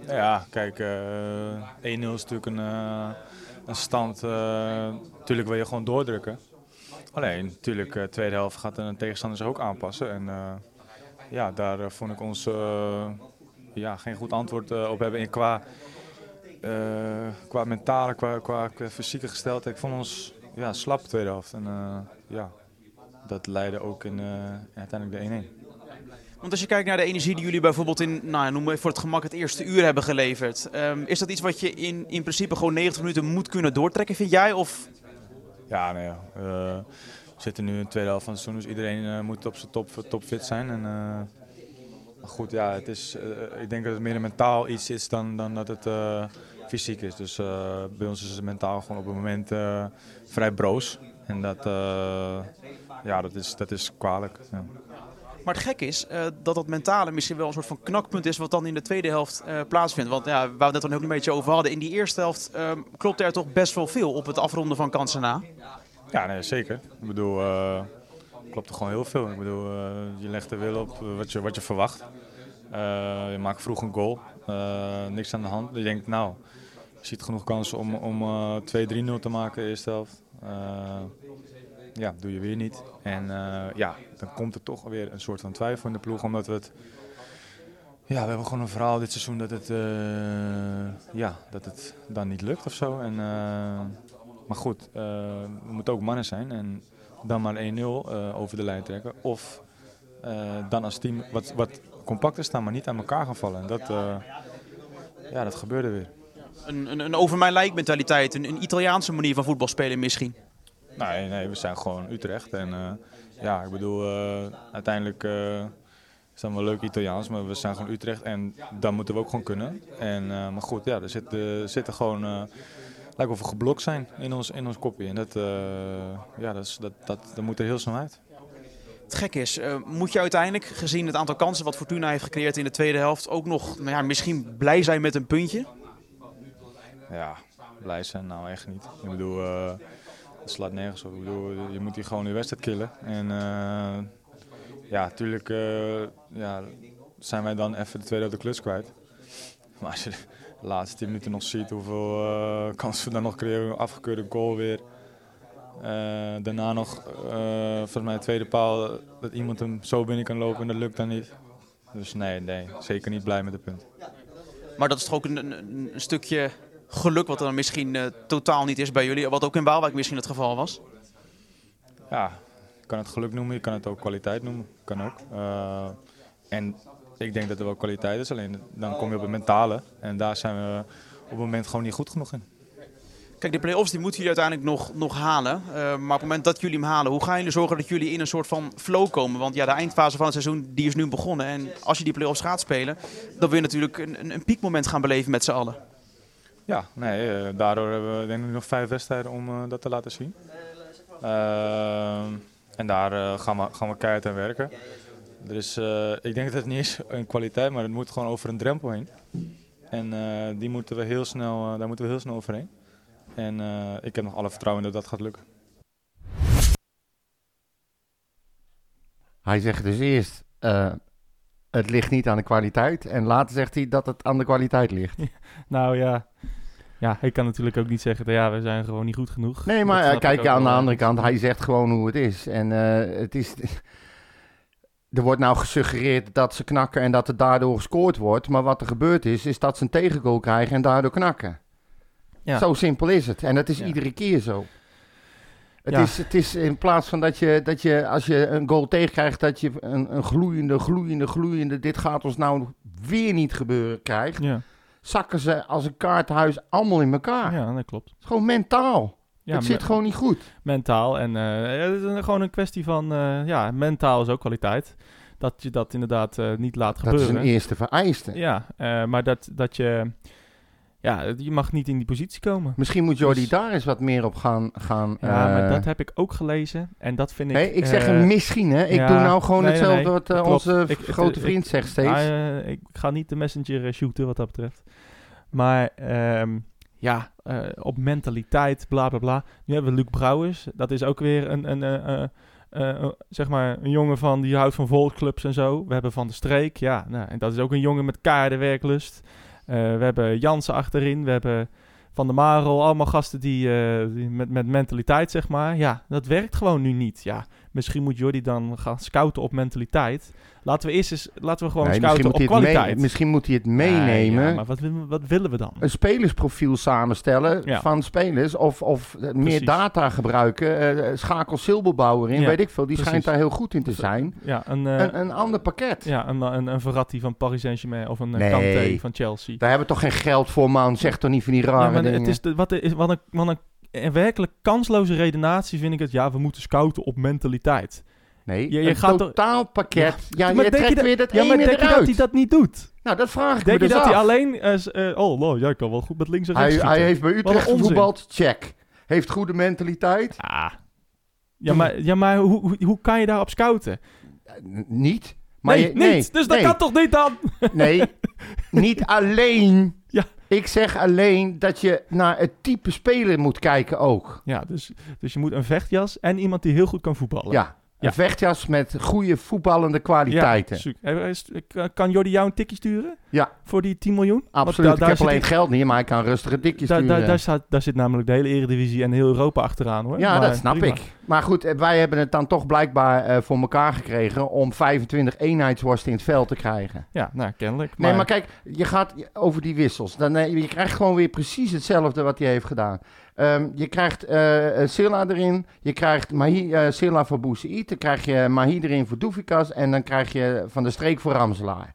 Nou Ja, kijk, eh 1-0 is natuurlijk een, eh, een stand. eh, Tuurlijk wil je gewoon doordrukken. Alleen, natuurlijk, de tweede helft gaat een tegenstander zich ook aanpassen. En eh, ja, daar eh, vond ik ons eh, ja, geen goed antwoord eh, op hebben. En qua, eh, qua mentale, qua, qua, qua fysieke gesteldheid. Ik vond ons ja, slap de tweede helft. En eh, ja, dat leidde ook in eh, uiteindelijk de 1-1.
Want als je kijkt naar de energie die jullie bijvoorbeeld in, nou ja, noem maar even voor het gemak, het eerste uur hebben geleverd. ehm, is dat iets wat je in, in principe gewoon 90 minuten moet kunnen doortrekken, vind jij? Of
Ja, nee, ja. Eh, we zitten nu in de tweede helft van het seizoen, dus iedereen eh, moet op zijn top, topfit zijn. En, eh, maar goed, ja, het is, eh, ik denk dat het meer een mentaal iets is dan, dan dat het eh, fysiek is. Dus eh, bij ons is het mentaal gewoon op het moment eh, vrij broos. En dat, eh, ja, dat, is, dat is kwalijk. Ja.
Maar het gek is eh, dat dat mentale misschien wel een soort van knakpunt is wat dan in de tweede helft eh, plaatsvindt. Want ja, waar we het net dan ook een beetje over hadden, in die eerste helft ehm klopte er toch best wel veel op het afronden van kansen na.
Ja, nee, zeker. Ik bedoel, eh klopt er gewoon heel veel. Ik bedoel, eh, je legt er wil op eh, wat je, wat je verwacht. Eh, je maakt vroeg een goal, Eh, niks aan de hand. Je denkt, nou, je ziet genoeg kansen om, om eh, 2-3-0 te maken in de eerste helft. Eh, ja, doe je weer niet. En eh, ja, dan komt er toch weer een soort van twijfel in de ploeg, omdat we het... Ja, we hebben gewoon een verhaal dit seizoen dat het, eh, ja, dat het dan niet lukt of zo. En, eh, maar goed, eh, we moeten ook mannen zijn en dan maar 1-0 eh, over de lijn trekken. Of eh, dan als team wat, wat compacter staan, maar niet aan elkaar gaan vallen. En dat, eh, ja, dat gebeurde weer.
Een, een, een over mijn lijk mentaliteit, een, een Italiaanse manier van voetbal spelen misschien.
Nee, nee, we zijn gewoon Utrecht. En eh, ja, ik bedoel, eh, uiteindelijk eh, is dan wel leuk Italiaans, maar we zijn gewoon Utrecht en dat moeten we ook gewoon kunnen. En, eh, maar goed, ja, er zit, eh, zitten gewoon, eh lijkt of we geblokt zijn in ons, in ons kopje. En dat, eh, ja, dat, is, dat, dat, dat moet er heel snel uit.
Het gek is, eh, moet je uiteindelijk, gezien het aantal kansen wat Fortuna heeft gecreëerd in de tweede helft, ook nog nou ja, misschien blij zijn met een puntje?
Ja, blij zijn nou echt niet. Ik bedoel, eh het slaat nergens op. Ik bedoel, je moet hier gewoon de wedstrijd killen. En eh, ja, natuurlijk ja, zijn wij dan even de tweede op de klus kwijt. Maar als je de laatste 10 minuten nog ziet hoeveel eh, kansen we dan nog creëren, afgekeurde goal weer. Eh, daarna nog, eh, volgens mij, de tweede paal, eh, dat iemand hem zo binnen kan lopen en dat lukt dan niet. Dus nee, nee, zeker niet blij met het punt.
Maar dat is toch ook een, een, een stukje geluk wat er dan misschien eh, totaal niet is bij jullie, wat ook in Waalwijk misschien het geval was?
Ja, je kan het geluk noemen, je kan het ook kwaliteit noemen. Kan ook. Eh, en ik denk dat er wel kwaliteit is, alleen dan kom je op het mentale. En daar zijn we op het moment gewoon niet goed genoeg in.
Kijk, de play-offs die moeten jullie uiteindelijk nog, nog halen. Eh, maar op het moment dat jullie hem halen, hoe gaan jullie zorgen dat jullie in een soort van flow komen? Want ja, de eindfase van het seizoen die is nu begonnen. En als je die play-offs gaat spelen, dan wil je natuurlijk een, een, een piekmoment gaan beleven met z'n allen.
Ja, nee, eh, daardoor hebben we denk ik nog vijf wedstrijden om eh, dat te laten zien. Ehm, en daar eh, gaan, we, gaan we keihard aan werken. Er is, eh, ik denk dat het niet is een kwaliteit, maar het moet gewoon over een drempel heen. En eh, die moeten we heel snel, eh, daar moeten we heel snel overheen. En eh, ik heb nog alle vertrouwen in dat dat gaat lukken.
Hij zegt dus eerst, eh, het ligt niet aan de kwaliteit. En later zegt hij dat het aan de kwaliteit ligt.
Nou ja, Ja, ik kan natuurlijk ook niet zeggen, dat, ja, we zijn gewoon niet goed genoeg.
Nee, maar
Dat
eh,
snap ik
kijk,
ook
ja, aan
wel,
de
hè.
andere kant, hij zegt gewoon hoe het is. En eh, het is... Er wordt nou gesuggereerd dat ze knakken en dat er daardoor gescoord wordt. Maar wat er gebeurd is, is dat ze een tegengoal krijgen en daardoor knakken.
Ja.
Zo simpel is het. En dat is
Ja.
iedere keer zo. Het,
Ja.
is, het is in plaats van dat je, dat je als je een goal tegenkrijgt, dat je een, een gloeiende, gloeiende, gloeiende, dit gaat ons nou weer niet gebeuren krijgt.
Ja,
Zakken ze als een kaarthuis allemaal in elkaar.
ja, dat klopt.
Het is gewoon mentaal.
Ja,
het
me-
zit gewoon niet goed.
mentaal. En eh, ja, het is een- gewoon een kwestie van, eh, ja, mentaal is ook kwaliteit. Dat je dat inderdaad eh, niet laat
Dat is
gebeuren.
een eerste vereiste.
Ja, eh, maar dat, dat je, ja, je mag niet in die positie komen.
Misschien moet Jordi
Dus-
daar eens wat meer op gaan. gaan
Ja, maar
eh,
dat heb ik ook gelezen. En dat vind ik...
nee, ik zeg
eh,
een misschien, hè. Ik
ja,
doe nou gewoon
nee, nee,
hetzelfde
nee,
wat eh,
klopt.
onze
Ik-
v-
het-
grote
ik-
vriend zegt steeds.
Ah, eh, ik ga niet de messenger eh, shooten wat dat betreft. Maar ehm, ja, eh, op mentaliteit, bla bla bla. Nu hebben we Luc Brouwers. Dat is ook weer een, een, eh, eh, eh, zeg maar een jongen van die houdt van volkclubs en zo. We hebben Van de Streek. Ja, nou, en dat is ook een jongen met kaardenwerklust. Eh, we hebben Jansen achterin. We hebben Van der Marel. Allemaal gasten die, eh, die met, met mentaliteit, zeg maar. Ja, dat werkt gewoon nu niet. Ja, misschien moet Jordi dan gaan scouten op mentaliteit. Laten we eerst eens, laten we gewoon
Nee, misschien,
scouten
moet
op
hij het mee-
kwaliteit.
misschien moet hij het meenemen.
Ja, ja, maar wat, wil- wat willen we dan?
Een spelersprofiel samenstellen
Ja.
van spelers. Of, of eh, meer
Precies.
data gebruiken. eh, schakel Silberbouwer in,
Ja,
weet ik veel. Die schijnt
precies.
daar heel goed in te zijn.
Ja, een, eh,
een, een ander pakket.
ja, een, een, een Verratti van Paris Saint-Germain of een eh,
Nee.
Kanté van Chelsea.
Daar hebben we toch geen geld voor, man. Zeg toch niet van die
Ja,
rare
maar
dingen.
het is de- wat, is, wat, een, wat een eh, werkelijk kansloze redenatie vind ik het. Ja, we moeten scouten op mentaliteit.
nee,
je- je
een
gaat toch-
totaal pakket. Ja,
maar
je
denk je
trekt
dat-
weer dat
Ja, maar
ene
denk je dat
eruit.
hij dat niet doet?
Nou, dat vraag ik
Denk
me
je
dus
dat hij
af.
alleen... eh, s- eh, oh, lol, jij kan wel goed met links en rechts
Hij,
schieten.
hij heeft bij Utrecht
onzin.
gevoetbald, check. Heeft goede mentaliteit?
Ah. Ja, maar, ja, maar hoe, hoe, hoe kan je daarop scouten?
N- Niet. Maar
nee,
je-
niet. Dus dat
nee,
kan toch niet dan?
Nee, niet alleen.
Ja.
Ik zeg alleen dat je naar het type speler moet kijken ook.
Ja, dus, dus je moet een vechtjas en iemand die heel goed kan voetballen.
Ja, een
Ja.
vechtjas met goede voetballende kwaliteiten.
Ja, zoek- Eh, is- eh, kan Jordi jou een tikje sturen?
Ja.
Voor die 10 miljoen? Want
Absoluut,
da-
ik heb
zit
alleen
die-
het geld niet, maar ik kan rustige dikjes
daar-
sturen.
daar- daar staat- daar zit namelijk de hele Eredivisie en heel Europa achteraan hoor.
Ja,
Maar
dat snap
prima.
ik. Maar goed, eh, wij hebben het dan toch blijkbaar eh, voor elkaar gekregen om 25 eenheidsworsten in het veld te krijgen.
Ja, nou kennelijk.
Nee, maar kijk, je gaat over die wissels. Dan, eh, je krijgt gewoon weer precies hetzelfde wat hij heeft gedaan. Ehm, je krijgt eh eh, Silla erin, je krijgt Mahi, eh Silla voor Boussaïd, dan krijg je Mahi erin voor Doefikas en dan krijg je Van de Streek voor Ramselaar.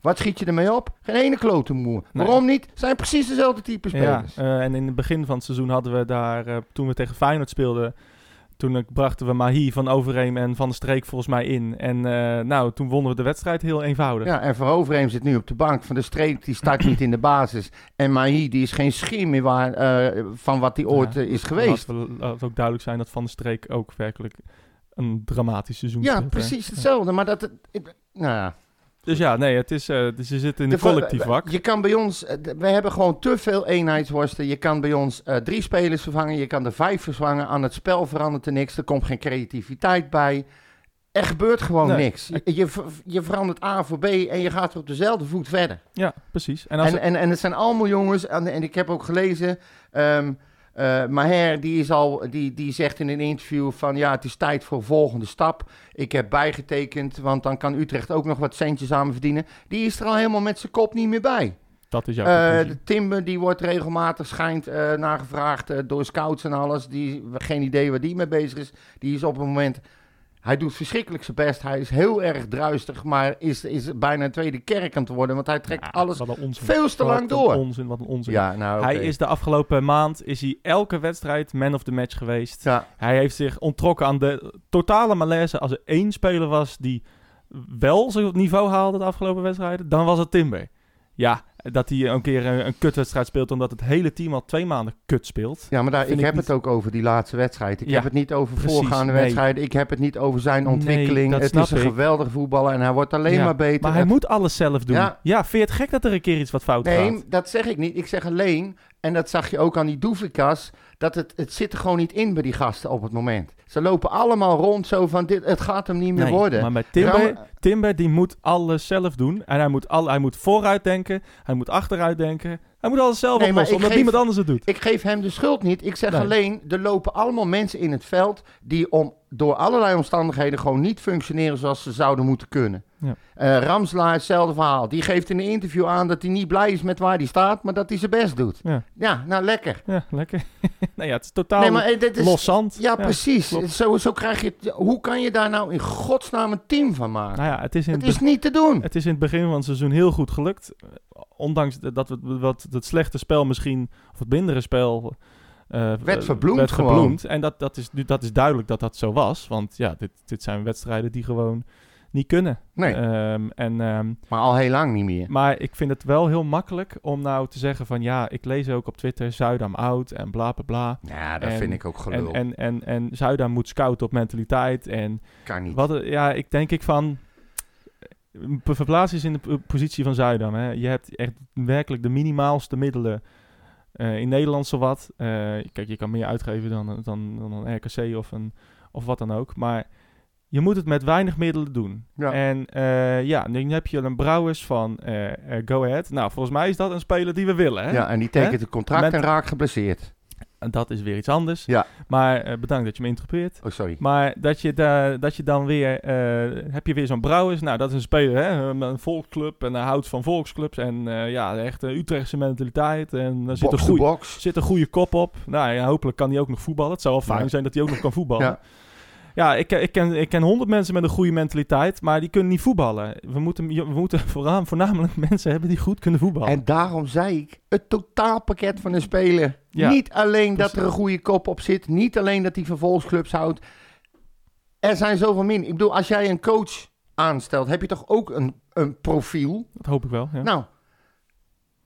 Wat schiet je ermee op? Geen ene klote moer.
Nee.
Waarom niet? Zijn precies dezelfde type
Ja,
spelers.
eh, en in het begin van het seizoen hadden we daar, eh, toen we tegen Feyenoord speelden, toen eh, brachten we Mahi van Overeem en Van de Streek volgens mij in. En eh, nou, toen wonnen we de wedstrijd heel eenvoudig.
Ja, en Van Overheem zit nu op de bank. Van de Streek die start niet in de basis. En Mahi die is geen schim meer waar, eh, van wat hij ooit
Ja.
eh, is geweest.
Laten we- laten we ook duidelijk zijn dat Van de Streek ook werkelijk een dramatisch seizoen
Ja,
speelt, hè.
precies hetzelfde. Maar dat... Het, ik- nou ja.
Dus ja, nee, het is, eh, dus je zit in een
De-
collectief wak.
Je kan bij ons, eh, d- we hebben gewoon te veel eenheidsworsten. Je kan bij ons eh, drie spelers vervangen, je kan er vijf vervangen. Aan het spel verandert er niks, er komt geen creativiteit bij. Er gebeurt gewoon
Nee.
niks. Je, je, ver- je verandert A voor B en je gaat op dezelfde voet verder.
Ja, precies. En als
En, en, en het zijn allemaal jongens, en, en ik heb ook gelezen, ehm eh, Maher die, is al, die, die zegt in een interview van ja, het is tijd voor volgende stap. Ik heb bijgetekend, want dan kan Utrecht ook nog wat centjes aan me verdienen. Die is er al helemaal met zijn kop niet meer bij.
dat is jouw
Eh,
conclusie.
de Timber die wordt regelmatig schijnt eh, nagevraagd eh, door scouts en alles. Die geen idee waar die mee bezig is. Die is op het moment. Hij doet verschrikkelijk zijn best. Hij is heel erg druistig, maar is, is bijna een tweede kerk aan het worden. Want hij trekt
Ja,
alles
wat een onzin.
veel te
Wat
lang
een
door.
Onzin, wat een onzin.
Ja, nou, oké.
Hij is de afgelopen maand is hij elke wedstrijd man of the match geweest.
Ja,
Hij heeft zich ontrokken aan de totale malaise. Als er één speler was die wel zijn niveau haalde de afgelopen wedstrijden, dan was het Timber. Ja, dat hij een keer een, een kutwedstrijd speelt omdat het hele team al twee maanden kut speelt.
ja maar daar,
Vind
ik
ik
heb
niet-
het ook over die laatste wedstrijd. Ik
Ja,
heb het niet over
precies,
voorgaande
nee.
wedstrijden. Ik heb het niet over zijn
Nee,
ontwikkeling.
dat
het
snap
is een
ik.
geweldige voetballer en hij wordt alleen
Ja,
maar beter.
Maar hij
Het-
moet alles zelf doen.
Ja.
Ja, vind je het gek dat er een keer iets wat fout
Nee,
gaat?
dat zeg ik niet. Ik zeg alleen, en dat zag je ook aan die Doevikas, dat het, het zit er gewoon niet in bij die gasten op het moment. Ze lopen allemaal rond zo van, dit, het gaat hem niet meer worden.
Maar met Timber,
Ram-
Timber die moet alles zelf doen. En hij moet, al, hij moet vooruit denken. Hij moet achteruit denken. Hij moet alles zelf
Nee, maar
oplossen,
ik
omdat
geef-
niemand anders het doet.
Ik geef hem de schuld niet. Ik zeg
Nee.
alleen, er lopen allemaal mensen in het veld die om, door allerlei omstandigheden gewoon niet functioneren zoals ze zouden moeten kunnen.
Ja.
Eh, Ramslaar, hetzelfde verhaal. Die geeft in een interview aan dat hij niet blij is met waar hij staat, maar dat hij zijn best doet.
Ja.
Ja, nou lekker.
Ja, lekker. nou ja, het is totaal
Nee, maar eh, dit is...
los zand.
Ja, precies.
klopt.
Zo, zo krijg je... het- Hoe kan je daar nou in godsnaam een team van maken?
Nou ja, het is in
het
het,
is niet te doen.
Het is in het begin van het seizoen heel goed gelukt. Eh, Ondanks de- dat we wat, het slechte spel misschien, of het mindere spel, eh,
Werd
eh,
verbloemd
werd
gewoon.
verbloemd. En dat, dat, is, nu- dat is duidelijk dat dat zo was. Want ja, dit, dit zijn wedstrijden die gewoon niet kunnen.
Nee,
Ehm, en, ehm,
maar al heel lang niet meer.
maar ik vind het wel heel makkelijk om nou te zeggen van ja, ik lees ook op Twitter Zuidam oud en bla bla bla.
Ja, dat
En-
vind ik ook
En,
gelul.
en, en, en Zuidam moet scouten op mentaliteit en
kan niet.
wat, eh, ja, ik denk ik van... eh, Verplaats is in de p- positie van Zuidam. Hè. Je hebt echt werkelijk de minimaalste middelen eh, in Nederland zowat. Eh kijk, je kan meer uitgeven dan, dan, dan een RKC of, een, of wat dan ook. Maar je moet het met weinig middelen doen.
Ja.
En eh, ja, nu heb je een Brouwers van eh, eh, Go Ahead. Nou, volgens mij is dat een speler die we willen. Hè?
Ja, en die tekent een contract
Met-
en raakt geblesseerd.
En dat is weer iets anders.
Ja.
Maar eh, bedankt dat je me interrupeert.
Oh, sorry.
Maar dat je, da- dat je dan weer... eh, heb je weer zo'n Brouwers. Nou, dat is een speler, hè. Een een volksclub. En hij houdt van volksclubs. En eh, ja, echt een Utrechtse mentaliteit. En daar zit een,
box to
goeie,
box.
zit een goede kop op. Nou ja, hopelijk kan hij ook nog voetballen. Het zou wel fijn
Ja.
zijn dat hij ook nog kan voetballen.
Ja.
Ja. ik, ik ken ik ken honderd mensen met een goede mentaliteit, maar die kunnen niet voetballen. We moeten, we moeten vooraan, voornamelijk mensen hebben die goed kunnen voetballen.
En daarom zei ik, het totaalpakket van een speler.
Ja, Dus-
niet alleen dat
precies.
er een goede kop op zit. Niet alleen dat hij van volksclubs houdt. Er zijn zoveel min. Ik bedoel, als jij een coach aanstelt, heb je toch ook een, een profiel?
dat hoop ik wel. Ja.
Nou,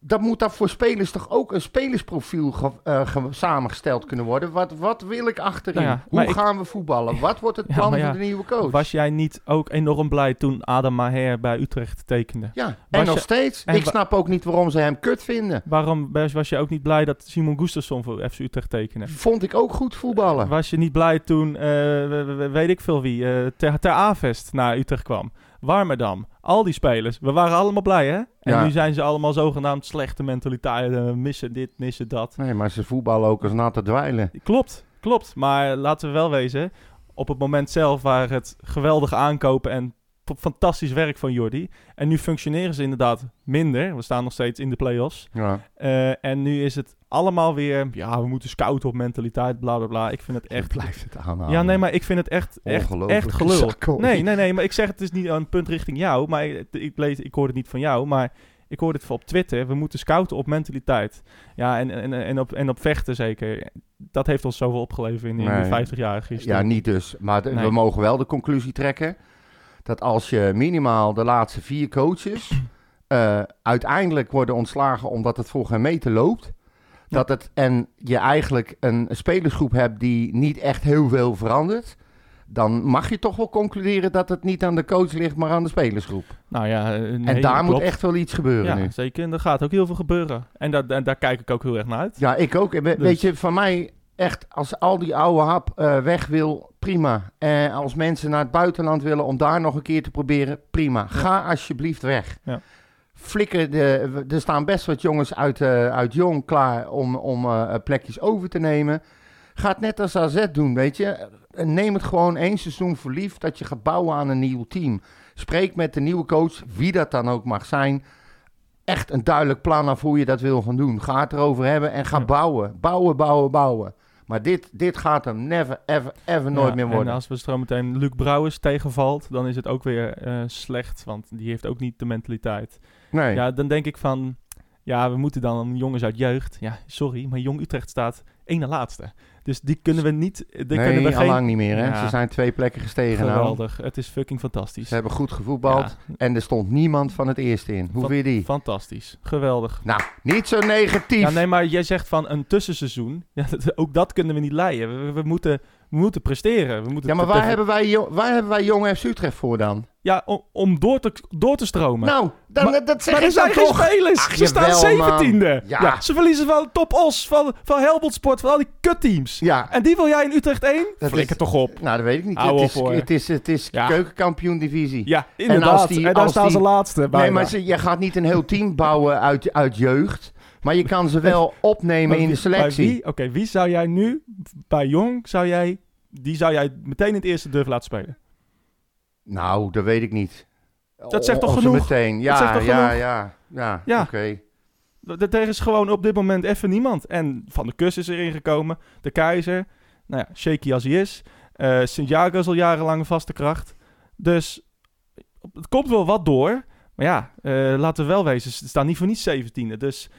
dat moet daar voor spelers toch ook een spelersprofiel ge- eh, ge- samengesteld kunnen worden. Wat, wat wil ik achterin?
Nou ja, maar
Hoe
ik-
gaan we voetballen? Wat wordt het
Ja,
plan
maar
voor
ja,
de nieuwe coach?
Was jij niet ook enorm blij toen Adam Maher bij Utrecht tekende?
ja, en
was
nog
je-
steeds.
en
ik
wa-
snap ook niet waarom ze hem kut vinden.
Waarom was was je ook niet blij dat Simon Gustafsson voor FC Utrecht tekende?
Vond ik ook goed voetballen.
Was je niet blij toen, eh, we- we- we- weet ik veel wie, eh, ter, ter Avest naar Utrecht kwam? Warmerdam, al die spelers. We waren allemaal blij, hè? En
Ja.
nu zijn ze allemaal zogenaamd slechte mentaliteiten. Missen dit, missen dat.
Nee, maar ze voetballen ook als natte dweilen.
Klopt, klopt. Maar laten we wel wezen, op het moment zelf waren het geweldige aankopen en f- fantastisch werk van Jordi. En nu functioneren ze inderdaad minder. We staan nog steeds in de play-offs.
Ja.
Eh, en nu is het allemaal weer, ja, we moeten scouten op mentaliteit, bla bla bla. Ik vind het
Echt
echt
blijft het aanhalen.
Ja, nee, maar ik vind het echt, echt,
Ongelooflijk
echt gelul.
zak, hoor.
Nee, nee, nee, maar ik zeg het is niet een punt richting jou, maar ik, ik, lees, ik hoor het niet van jou, maar ik hoor het op Twitter. We moeten scouten op mentaliteit. Ja, en, en, en, op, en op vechten zeker. Dat heeft ons zoveel opgeleverd in, in
Nee.
de 50 jaar gisteren.
Ja, niet dus. Maar de-
Nee.
we mogen wel de conclusie trekken dat als je minimaal de laatste vier coaches eh, uiteindelijk worden ontslagen omdat het voor geen meter loopt. Dat het, en je eigenlijk een spelersgroep hebt die niet echt heel veel verandert. Dan mag je toch wel concluderen dat het niet aan de coach ligt, maar aan de spelersgroep.
Nou ja, eh, nee,
en daar moet
klopt.
echt wel iets gebeuren
Ja,
nu.
zeker. En er gaat ook heel veel gebeuren. En daar, daar, daar kijk ik ook heel erg naar uit.
Ja, ik ook. En we-
Dus-
Weet je, van mij echt, als al die oude hap eh, weg wil, prima. En als mensen naar het buitenland willen om daar nog een keer te proberen, prima. Ga alsjeblieft weg.
Ja.
Flikker, de, we- er staan best wat jongens uit, eh, uit Jong klaar om, om eh, plekjes over te nemen. Ga het net als AZ doen, weet je. En Neem het gewoon één seizoen voor lief dat je gaat bouwen aan een nieuw team. Spreek met de nieuwe coach, wie dat dan ook mag zijn. Echt een duidelijk plan af hoe je dat wil gaan doen. Ga het erover hebben en ga
Ja.
bouwen. Bouwen, bouwen, bouwen. Maar dit, dit gaat hem never, ever, ever nooit
Ja,
meer worden.
En als we zo meteen Luc Brouwers tegenvalt, dan is het ook weer eh, slecht, want die heeft ook niet de mentaliteit.
Nee.
Ja, dan denk ik van... Ja, we moeten dan jongens uit jeugd. Ja, sorry, maar Jong Utrecht staat één na laatste. Dus die kunnen we niet... Die
nee,
kunnen we
al lang
geen...
niet meer. Hè?
Ja.
Ze zijn twee plekken gestegen. Nou.
Geweldig. Het is fucking fantastisch.
Ze hebben goed gevoetbald.
Ja,
En er stond niemand van het eerste in. Hoe
Van-
weer die?
Fantastisch. Geweldig.
Nou, niet zo negatief.
Ja, nee, maar jij zegt van een tussenseizoen. Ja, dat- ook dat kunnen we niet leiden. We, we moeten, we moeten presteren. We moeten
Ja, maar
te-
waar
te-
hebben, wij, jo- waar hebben wij Jong FC Utrecht voor dan?
Ja, om, om door, te, door te stromen.
nou, dan,
Maar-
dat zeg
maar er
ik dan
zijn geen
toch.
spelers.
Ach,
ze staan
jawel, man.
zeventiende.
Ja.
Ze verliezen van Top Os, van, van Helmond Sport, van al die kutteams.
Ja,
En die wil jij in Utrecht 1?
Dat
Flikker
is-
toch op.
nou dat weet ik niet.
Hou
het,
op,
is,
hoor.
het is, het is
Ja.
keukenkampioen-divisie.
Ja,
als
inderdaad. En,
die-
daar
als
staan
die-
ze laatste bij.
nee, maar ze, je gaat niet een heel team bouwen uit, uit jeugd. Maar je kan ze wel opnemen
Maar
in de
wie- bij
selectie.
wie- Oké, wie zou jij nu bij Jong zou jij die zou jij meteen in het eerste durven laten spelen?
Nou, dat weet ik niet.
Dat zegt toch
Of ze
genoeg?
Meteen. Ja,
zegt toch
ja,
genoeg?
ja, ja,
Ja.
Oké.
D- d- Er is gewoon op dit moment even niemand. En Van der Kus is erin gekomen. De Keizer. Nou ja, shaky als hij is. Eh Santiago is al jarenlang een vaste kracht. Dus op- het komt wel wat door. Maar ja, eh, laten we wel wezen. Ze staan niet voor niets 17e. Dus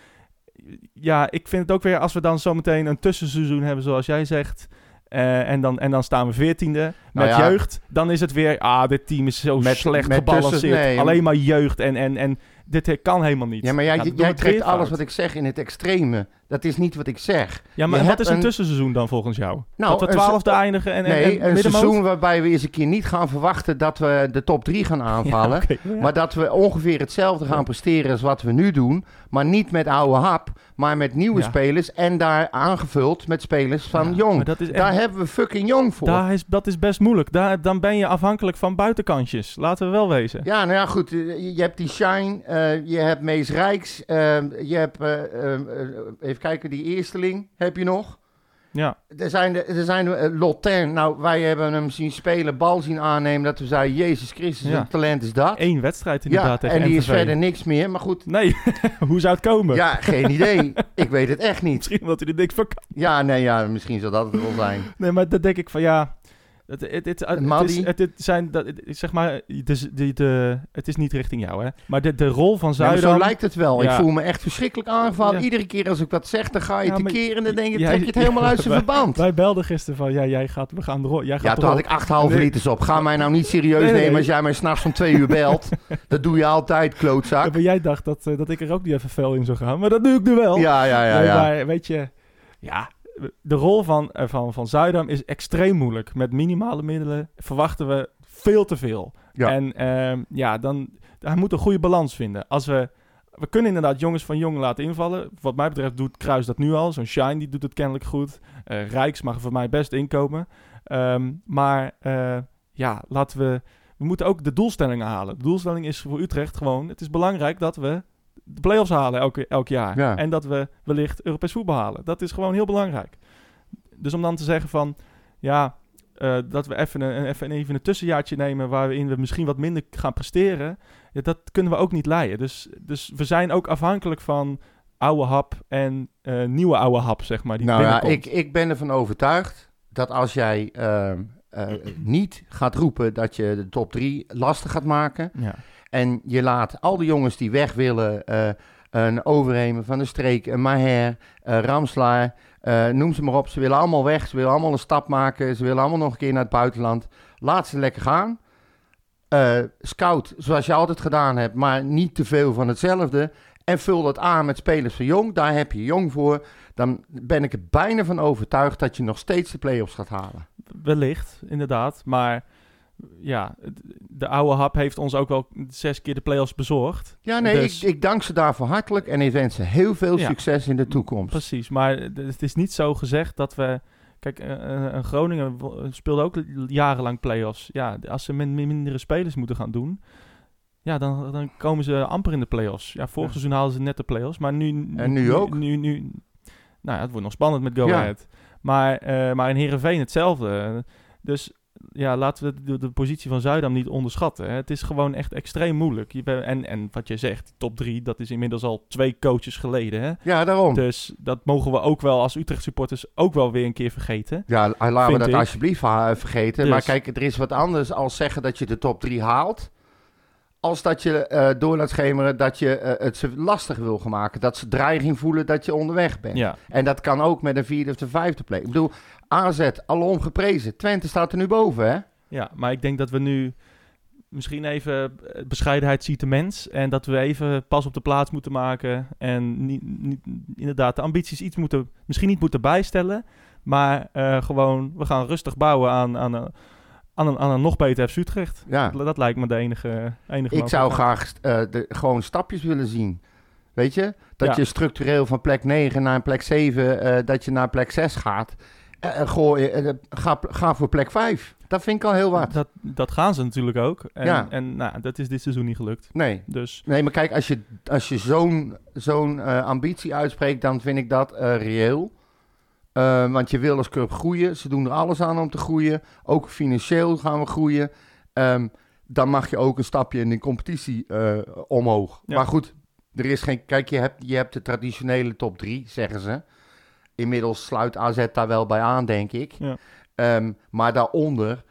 ja, ik vind het ook weer als we dan zometeen een tussenseizoen hebben, zoals jij zegt. eh, en, dan, en dan staan we 14e met
Nou ja.
jeugd. Dan is het weer, ah, dit team is zo
Met-
slecht
met
gebalanceerd.
tussen- nee,
Alleen maar jeugd en, en, en dit he- kan helemaal niet.
Ja, maar jij,
Ja,
jij
doe maar
trekt
weer
alles
fout.
wat ik zeg in het extreme. Dat is niet wat ik zeg.
Ja,
Je
maar en wat
hebt
is een,
een-
tussenseizoen dan volgens jou?
Nou,
dat
een
we twaalfde eindigen en, en, en
nee, een
middenmoot?
seizoen waarbij we eens een keer niet gaan verwachten dat we de top 3 gaan aanvallen.
Ja, oké.
Maar dat we ongeveer hetzelfde gaan presteren als wat we nu doen. Maar niet met oude hap, maar met nieuwe
Ja.
spelers. En daar aangevuld met spelers van
Ja,
jong.
maar dat is echt-
Daar hebben we fucking jong voor.
Daar is, dat is best moeilijk. Daar, dan ben je afhankelijk van buitenkantjes. Laten we wel wezen.
Ja, nou ja, goed. eh, Je, je hebt die Shine, eh, je hebt Mees Rijks, eh, je hebt, eh, eh, eh, even kijken, die Eersteling heb je nog.
Ja.
Er zijn, de- er zijn eh, Lotin, nou wij hebben hem zien spelen, bal zien aannemen, dat we zeiden, Jezus Christus,
Ja.
wat talent is dat.
Eén wedstrijd
ja,
inderdaad tegen
en die is
MVV.
verder niks meer, maar goed.
Nee, hoe zou het komen?
Ja, geen idee. Ik weet het echt niet.
Misschien omdat hij er niks van kan.
Ja, nee, ja, misschien zal dat het wel zijn.
Nee, maar dat denk ik van ja... Het, het, het, het,
Madi?
is, het, het zijn, dat, het- zeg maar, de, de, de- het is niet richting jou, hè? Maar de, de rol van
Ja, maar
Zuidam...
zo lijkt het wel. Ik
Ja.
voel me echt verschrikkelijk aangevallen.
Ja.
Iedere keer als ik wat zeg, dan ga je
Ja, maar-
tekeer en dan denk je,
Jij-
trek je het helemaal uit zijn
Wij-
verband.
Wij belden gisteren van, ja, jij gaat, we gaan de rol... Jij gaat
Ja,
de
toen
rol-
had ik 8,5
Nee.
liters op. Ga mij nou niet serieus
Nee, nee,
nemen
nee.
als jij mij s'nachts om twee uur belt. dat doe je altijd,
Ja,
klootzak.
maar jij dacht dat, eh, dat ik er ook niet even fel in zou gaan. Maar dat doe ik nu wel.
Ja, ja, ja.
Nee,
ja.
Maar weet je, ja, de rol van, eh, van, van Zuidam is extreem moeilijk. Met minimale middelen verwachten we veel te veel.
Ja.
En ehm, ja, dan, hij moet een goede balans vinden. Als we, we kunnen inderdaad jongens van jong laten invallen. Wat mij betreft doet Kruis dat nu al. Zo'n Shine die doet het kennelijk goed. Eh, Rijks mag er voor mij best inkomen. Ehm, maar eh, ja, laten we... We moeten ook de doelstellingen halen. De doelstelling is voor Utrecht gewoon... Het is belangrijk dat we de play-offs halen elke, elk jaar.
Ja.
En dat we wellicht Europees voetbal halen. Dat is gewoon heel belangrijk. Dus om dan te zeggen van... Ja, eh, dat we even een, even, even een tussenjaartje nemen... waarin we misschien wat minder gaan presteren... Ja, dat kunnen we ook niet leiden. Dus, dus we zijn ook afhankelijk van oude hap en eh, nieuwe oude hap, zeg maar. Die
Nou ja,
binnenkomt.
ik, ik ben ervan overtuigd dat als jij ehm, eh, niet gaat roepen dat je de top 3 lastig gaat maken.
Ja.
En je laat al die jongens die weg willen, eh, een Overhemen, Van de Streek, een Maher, eh Ramslaar, eh, noem ze maar op. Ze willen allemaal weg, ze willen allemaal een stap maken, ze willen allemaal nog een keer naar het buitenland. Laat ze lekker gaan. Eh, scout, zoals je altijd gedaan hebt, maar niet te veel van hetzelfde. En vul dat aan met spelers van jong, daar heb je jong voor. Dan ben ik er bijna van overtuigd dat je nog steeds de play-offs gaat halen.
Wellicht, inderdaad. Maar ja, het- de oude hap heeft ons ook wel zes keer de play-offs bezorgd.
Ja, nee,
Dus-
ik, ik dank ze daarvoor hartelijk en ik wens ze heel veel
Ja.
succes in de toekomst.
Precies, maar d- het is niet zo gezegd dat we... Kijk, eh, eh, een Groningen wo- speelde ook l- jarenlang play-offs. Ja, d- als ze min min- mindere spelers moeten gaan doen... Ja, dan, dan komen ze amper in de play-offs. Ja, vorig
Ja.
seizoen haalden ze net de play-offs, maar nu...
En nu ook.
Nu, nu, nou ja, het wordt nog spannend met Go
Ja.
Ahead. Maar, eh, maar in Heerenveen hetzelfde. Dus ja, laten we de, de positie van Zuidam niet onderschatten. Hè. Het is gewoon echt extreem moeilijk. Je bent- en, en wat je zegt, top drie, dat is inmiddels al twee coaches geleden, hè?
Ja, daarom.
Dus dat mogen we ook wel als Utrecht supporters ook wel weer een keer vergeten.
Ja, la- laten we
Vind
dat
ik.
alsjeblieft ha- vergeten.
Dus.
Maar kijk, er is wat anders als zeggen dat je de top 3 haalt. Als dat je eh, door laat schemeren dat je eh, het ze lastig wil gaan maken. Dat ze dreiging voelen dat je onderweg bent.
Ja,
En dat kan ook met een vierde of de vijfde plek. Ik bedoel, AZ, alom geprezen. Twente staat er nu boven, hè?
ja, maar ik denk dat we nu misschien even eh, bescheidenheid ziet de mens. En dat we even pas op de plaats moeten maken. En niet, niet, inderdaad de ambities iets moeten, misschien niet moeten bijstellen. Maar eh, gewoon, we gaan rustig bouwen aan, aan, een- aan, een, aan een nog beter FC Utrecht.
Ja.
Dat, dat lijkt me de enige, enige
Ik zou
mogelijkheid.
graag eh, de, gewoon stapjes willen zien. Weet je? Dat
Ja.
je structureel van plek 9 naar plek 7, eh, dat je naar plek 6 gaat. eh, gooi, eh, ga, ga voor plek 5. Dat vind ik al heel wat.
Dat, dat gaan ze natuurlijk ook. En,
Ja.
en nou, dat is dit seizoen niet gelukt.
Nee.
Dus
Nee, maar kijk, als je, als je zo'n zo'n eh, ambitie uitspreekt, dan vind ik dat eh, reëel. Eh, want je wil als club groeien. Ze doen er alles aan om te groeien. Ook financieel gaan we groeien. Ehm, dan mag je ook een stapje in de competitie eh, omhoog.
Ja.
Maar goed, er is geen. Kijk, je hebt, je hebt de traditionele top 3, zeggen ze. Inmiddels sluit AZ daar wel bij aan, denk ik.
Ja.
Ehm, maar daaronder,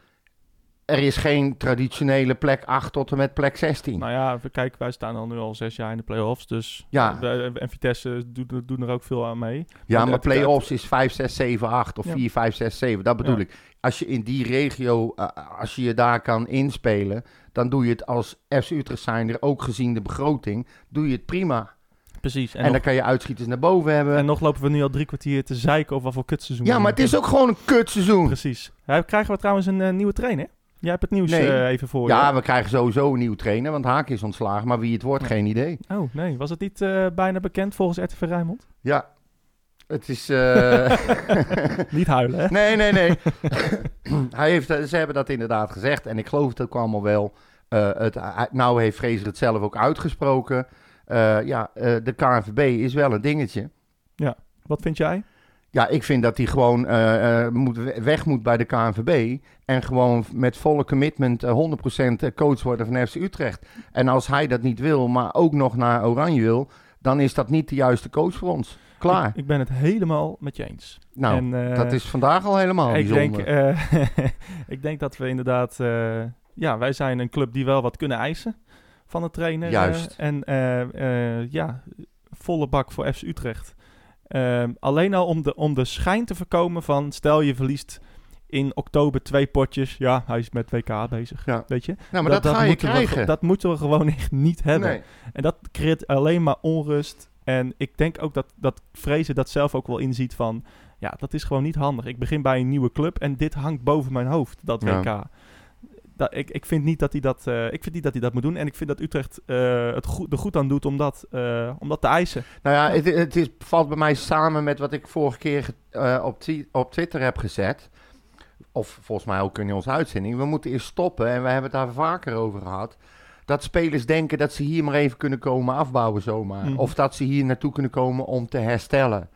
er is geen traditionele plek 8 tot en met plek 16.
nou ja, we- kijk, wij staan al nu al zes jaar in de play-offs. Dus
Ja.
wij- en Vitesse doen, doen er ook veel aan mee.
Ja,
Want
maar
het- het-
play-offs is 5, 6, 7, 8 of
Ja.
4, 5, 6, 7. Dat bedoel
Ja.
ik. Als je in die regio, eh, als je je daar kan inspelen, dan doe je het als FC Utrecht zijnde, ook gezien de begroting, doe je het prima.
Precies. En,
En,
nog,
dan kan je uitschieters naar boven hebben.
en nog lopen we nu al drie kwartier te zeiken over wat voor kutseizoen.
ja,
we
maar het is
hebben.
ook gewoon een kutseizoen.
Precies. Ja, krijgen we trouwens een eh, nieuwe trainer? Jij hebt het nieuws
Nee.
eh, even voor
Ja,
je.
we krijgen sowieso een nieuw trainer, want Haak is ontslagen. Maar wie het wordt, geen idee.
Oh, nee. Was het niet eh, bijna bekend volgens RTV Rijnmond?
Ja, het is... eh,
niet huilen, hè?
Nee, nee, nee. hij heeft, eh, ze hebben dat inderdaad gezegd. En ik geloof het ook allemaal wel. Eh, het, hij- nou heeft Fraser het zelf ook uitgesproken. Eh, ja, eh, de KNVB is wel een dingetje.
Wat vind jij?
Ja, ik vind dat hij gewoon eh, eh, moet, weg moet bij de KNVB. En gewoon met volle commitment eh, 100% coach worden van FC Utrecht. En als hij dat niet wil, maar ook nog naar Oranje wil... dan is dat niet de juiste coach voor ons. Klaar.
Ik, ik ben het helemaal met je eens.
nou,
en, eh,
dat is vandaag al helemaal
ik
Oh, bijzonder.
denk, eh, ik denk dat we inderdaad... eh, ja, wij zijn een club die wel wat kunnen eisen van de trainer. eh,
Juist.
en eh, eh, ja, volle bak voor FC Utrecht. Ehm, alleen al om de, om de schijn te voorkomen van... Stel je verliest in oktober twee potjes. Ja, hij is met WK bezig,
Ja.
weet je.
nou, maar dat, ga je
moeten we-
krijgen.
eh, dat moeten we gewoon echt niet hebben.
Nee.
En dat creëert alleen maar onrust. En ik denk ook dat, dat Vrezen dat zelf ook wel inziet van... Ja, dat is gewoon niet handig. Ik begin bij een nieuwe club en dit hangt boven mijn hoofd, dat
Ja.
WK. Dat, ik, ik vind niet dat hij dat, eh, ik vind niet dat hij dat moet doen. En ik vind dat Utrecht eh, het goed, er goed aan doet om dat, eh, om dat te eisen.
Nou ja, het, het is, valt bij mij samen met wat ik vorige keer eh, op, twi- op Twitter heb gezet. Of volgens mij ook in onze uitzending. We moeten eerst stoppen, en we hebben het daar vaker over gehad. Dat spelers denken dat ze hier maar even kunnen komen afbouwen zomaar.
Mhm.
Of dat ze hier naartoe kunnen komen om te herstellen.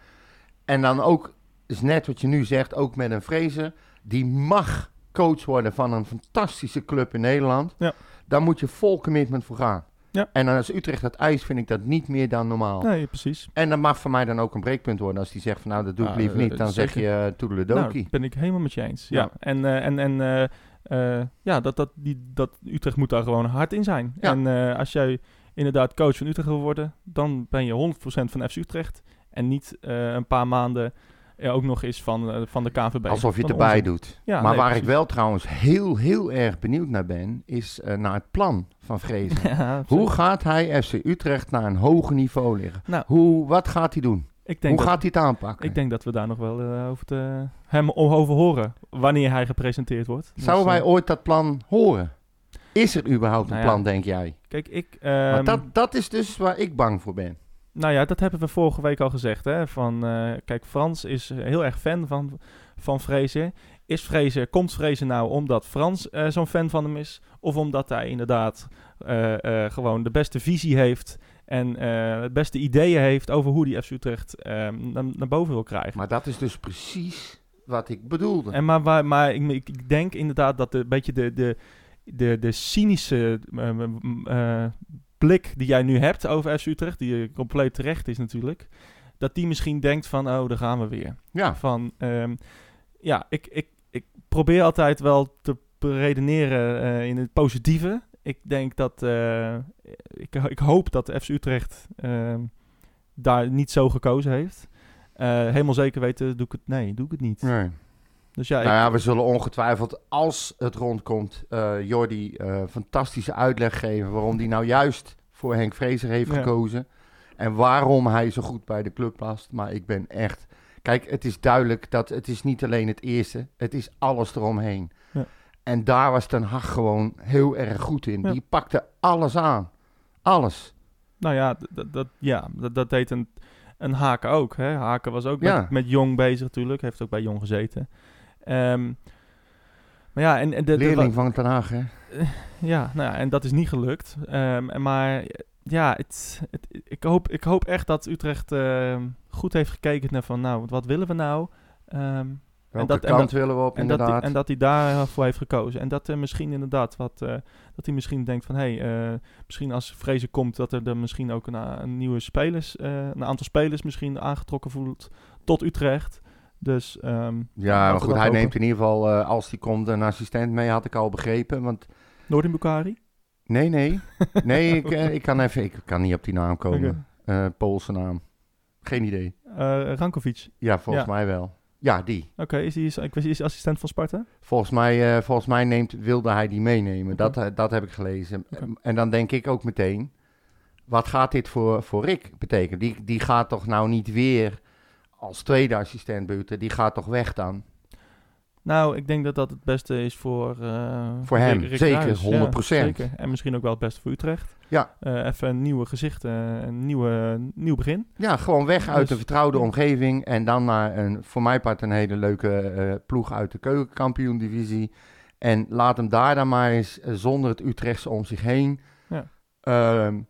En dan ook, is net wat je nu zegt, ook met een Fraser. Die mag coach worden van een fantastische club in Nederland.
Ja.
Daar moet je vol commitment voor gaan.
Ja.
En als Utrecht dat eis, vind ik dat niet meer dan normaal.
Nee, precies.
En dat mag voor mij dan ook een breekpunt worden. Als die zegt van nou, dat doe ik
Ja,
liever
eh,
niet. Dan zeg
zeker.
je eh, toedeledokie.
Nou, ben ik helemaal met je eens. Ja.
Ja.
En, eh, en, en eh, eh, ja, dat, dat, die, dat Utrecht moet daar gewoon hard in zijn.
Ja.
En eh, als jij inderdaad coach van Utrecht wil worden, dan ben je 100% van FC Utrecht. En niet eh, een paar maanden eh, ook nog eens van, eh, van de KVB.
Alsof je het erbij doet.
Ja,
maar
nee,
waar ik
precies.
wel trouwens heel, heel erg benieuwd naar ben, is eh, naar het plan van Vrezen. Hoe
Hoe?
gaat hij FC Utrecht naar een hoger niveau liggen?
Nou.
Hoe, wat gaat hij doen?
Ik denk,
Hoe
dat,
gaat hij het aanpakken?
ik denk dat we daar nog wel eh, over te, hem o- over horen. Wanneer hij gepresenteerd wordt.
Zouden
Dus, eh,
wij ooit dat plan horen? Is er überhaupt een
Nou ja.
plan, denk jij?
Kijk, ik...
Want
ehm,
dat, dat is dus waar ik bang voor ben.
Nou ja, dat hebben we vorige week al gezegd. Hè? Van, eh, kijk, Frans is eh, heel erg fan van, van Fraser. Is Fraser, komt Fraser nou omdat Frans eh, zo'n fan van hem is? Of omdat hij inderdaad eh, eh, gewoon de beste visie heeft... en eh het beste ideeën heeft over hoe die FC Utrecht eh, naar, naar boven wil krijgen?
Maar dat is dus precies wat ik bedoelde.
En maar waar- maar ik, ik- ik denk inderdaad dat de, een beetje de, de, de, de cynische eh, m- eh, blik die jij nu hebt over FC Utrecht, die eh, compleet terecht is natuurlijk, dat die misschien denkt van, oh, daar gaan we weer.
ja.
Van, ehm, ja, ik, ik, ik probeer altijd wel te redeneren eh, in het positieve. Ik denk dat, eh, ik, ik hoop dat FC Utrecht ehm, daar niet zo gekozen heeft. Eh, helemaal zeker weten, doe ik het, nee, doe ik het niet.
Nee.
Dus ja, ik-
Nou ja, we zullen ongetwijfeld, als het rondkomt, eh Jordi eh, fantastische uitleg geven waarom hij nou juist voor Henk Vrezer heeft
Ja.
gekozen. En waarom hij zo goed bij de club past. Maar ik ben echt... Kijk, het is duidelijk dat het is niet alleen het eerste. Het is alles eromheen.
Ja.
En daar was Ten Hag gewoon heel erg goed in.
Ja.
Die pakte alles aan. Alles.
Nou ja, d- dat, dat, ja, dat, dat deed een, En Haken ook. Hè? Haken was ook
Ja.
met, met Jong bezig natuurlijk. Heeft ook bij Jong gezeten. Ehm, maar ja, en, en de, de-
Leerling van Ten Haag, hè?
ja, nou ja, en dat is niet gelukt. Ehm, en maar ja, het, het- ik, hoop, ik hoop echt dat Utrecht ehm, goed heeft gekeken naar van... Nou, wat willen we nou? Ehm,
Welke
dat- en
kant
dat-
willen we op,
en dat,
inderdaad?
hij, en dat hij daarvoor heeft gekozen. En dat er misschien inderdaad wat. eh, dat hij misschien denkt van hé, hey, eh, misschien als Vrezen komt, dat er dan misschien ook een, a- een nieuwe spelers. eh, een aantal spelers misschien aangetrokken voelt tot Utrecht. Dus. ehm,
ja, maar
laten we
goed,
dat
hij
hopen.
neemt in ieder geval, eh, als hij komt, een assistent mee, had ik al begrepen. Want,
Noordin Bukari.
nee, nee. Nee, ik, eh, ik, kan even, ik kan niet op die naam komen.
Oké.
Eh, Poolse naam. Geen idee.
Eh, Rankovic.
Ja, volgens
Ja.
mij wel. Ja, die.
Oké, is hij is, ik weet- is hij assistent van Sparta?
Volgens mij, eh, volgens mij neemt, wilde hij die meenemen.
Oké.
Dat, eh, dat heb ik gelezen.
Oké.
En dan denk ik ook meteen, wat gaat dit voor, voor Rick betekenen? Die, die gaat toch nou niet weer als tweede assistent buiten? Die gaat toch weg dan?
Nou, ik denk dat dat het beste is voor... eh,
Voor hem, zeker,
Kruijs.
100%.
zeker. En misschien ook wel het beste voor Utrecht.
Ja.
Eh, even een nieuwe gezichten, een nieuwe, nieuw begin.
Ja, gewoon weg uit
Dus-
een vertrouwde omgeving en dan naar een, voor mij part een hele leuke eh, ploeg uit de keukenkampioen-divisie. En laat hem daar dan maar eens eh, zonder het Utrechtse om zich heen
Ja.
ehm,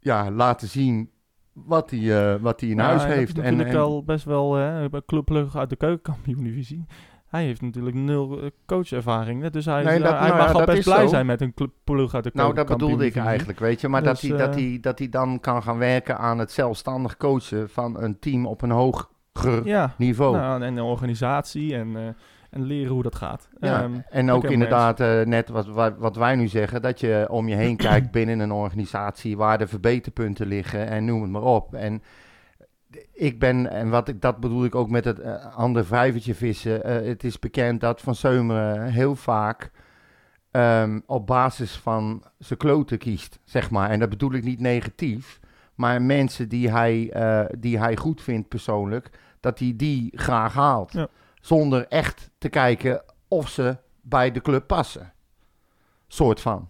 ja, laten zien wat hij, eh, wat hij in
Nou,
huis
hij
heeft.
Is
En, Nou,
natuurlijk
en,
wel best wel eh, een clubplug uit de keukenkampioen-divisie. Hij heeft natuurlijk nul eh, coachervaring. hè, Dus hij,
Nee,
hij
dat- nou
mag
ja,
al
dat
best
is
blij
zo.
zijn met een clubplug uit de
nou, dat bedoelde ik
keukenkampioen-divisie.
eigenlijk, weet je. Maar dat,
Dus,
hij, dat,
eh,
hij, dat hij dan kan gaan werken aan het zelfstandig coachen van een team op een hoger
Ja,
niveau.
nou, en de organisatie en, eh, en leren hoe dat gaat.
Ja,
Ehm,
en
dat
ook
ken ik
inderdaad, eh, net wat, wat, wat wij nu zeggen, dat je om je heen kijkt binnen een organisatie waar de verbeterpunten liggen en noem het maar op. En ik ben, en wat ik, dat bedoel ik ook met het eh, andere vijvertje vissen, eh, het is bekend dat Van Seumeren heel vaak ehm, op basis van zijn kloten kiest, zeg maar. En dat bedoel ik niet negatief, maar mensen die hij, eh, die hij goed vindt persoonlijk, dat hij die graag haalt.
Ja.
Zonder echt te kijken of ze bij de club passen. Soort van.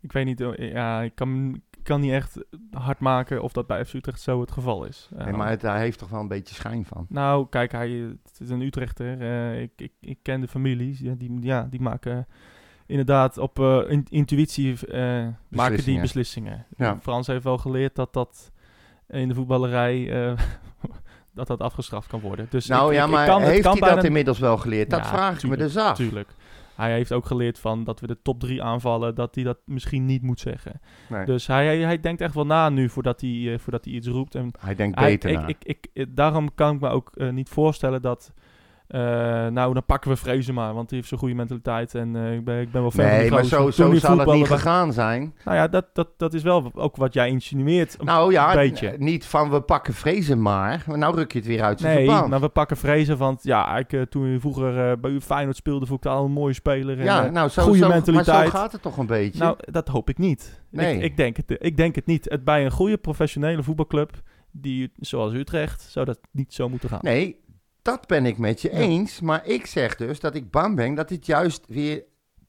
Ik weet niet, eh, ja, ik kan, ik kan niet echt hard maken of dat bij FC Utrecht zo het geval is. Eh,
Nee, maar het, hij heeft toch wel een beetje schijn van.
Nou, kijk, hij het is een Utrechter. eh, ik, ik, ik ken de families. Ja, die, ja, die maken inderdaad op eh, in- intuïtie eh, maken die
Beslissingen.
beslissingen.
Ja.
Frans heeft wel geleerd dat dat in de voetballerij eh, dat dat afgestraft kan worden. Dus
nou
ik-
ja,
ik- ik
maar
kan, het
heeft
kan
hij dat
bijna-
inmiddels wel geleerd? Dat
Ja,
vraag ik me
tuurlijk,
dus af.
Tuurlijk. Hij heeft ook geleerd van dat we de top drie aanvallen, dat hij dat misschien niet moet zeggen.
Nee.
Dus hij, hij, hij denkt echt wel na nu voordat hij, eh, voordat hij iets roept. En
Hij denkt
hij-
beter na.
ik, ik, ik, eh, daarom kan ik me ook eh, niet voorstellen dat. eh, nou, dan pakken we Vrezen maar, want die heeft zo'n goede mentaliteit en eh, ik, ben, ik ben wel fan van
nee,
die
maar
gozer.
zo,
Toen
zo
die
zal het niet
voetballen-
gegaan zijn.
Nou ja, dat, dat, dat is wel ook wat jij insinueert. Een
Nou ja,
beetje.
n- niet van we pakken vrezen maar. Maar nou ruk je het weer uit zijn
Nee, nou,
verband.
maar we pakken Vrezen, want ja, ik, eh, toen je vroeger eh, bij Feyenoord speelde, vond ik dat al een mooie speler. en,
ja,
eh,
nou, zo,
goede
zo, Maar
mentaliteit.
zo gaat het toch een beetje.
nou, dat hoop ik niet.
Nee.
Ik, ik, denk het, ik denk het niet. Het, bij een goede professionele voetbalclub, die, zoals Utrecht, zou dat niet zo moeten gaan.
Nee, dat ben ik met je
Ja.
eens. Maar ik zeg dus dat ik bang ben dat dit juist weer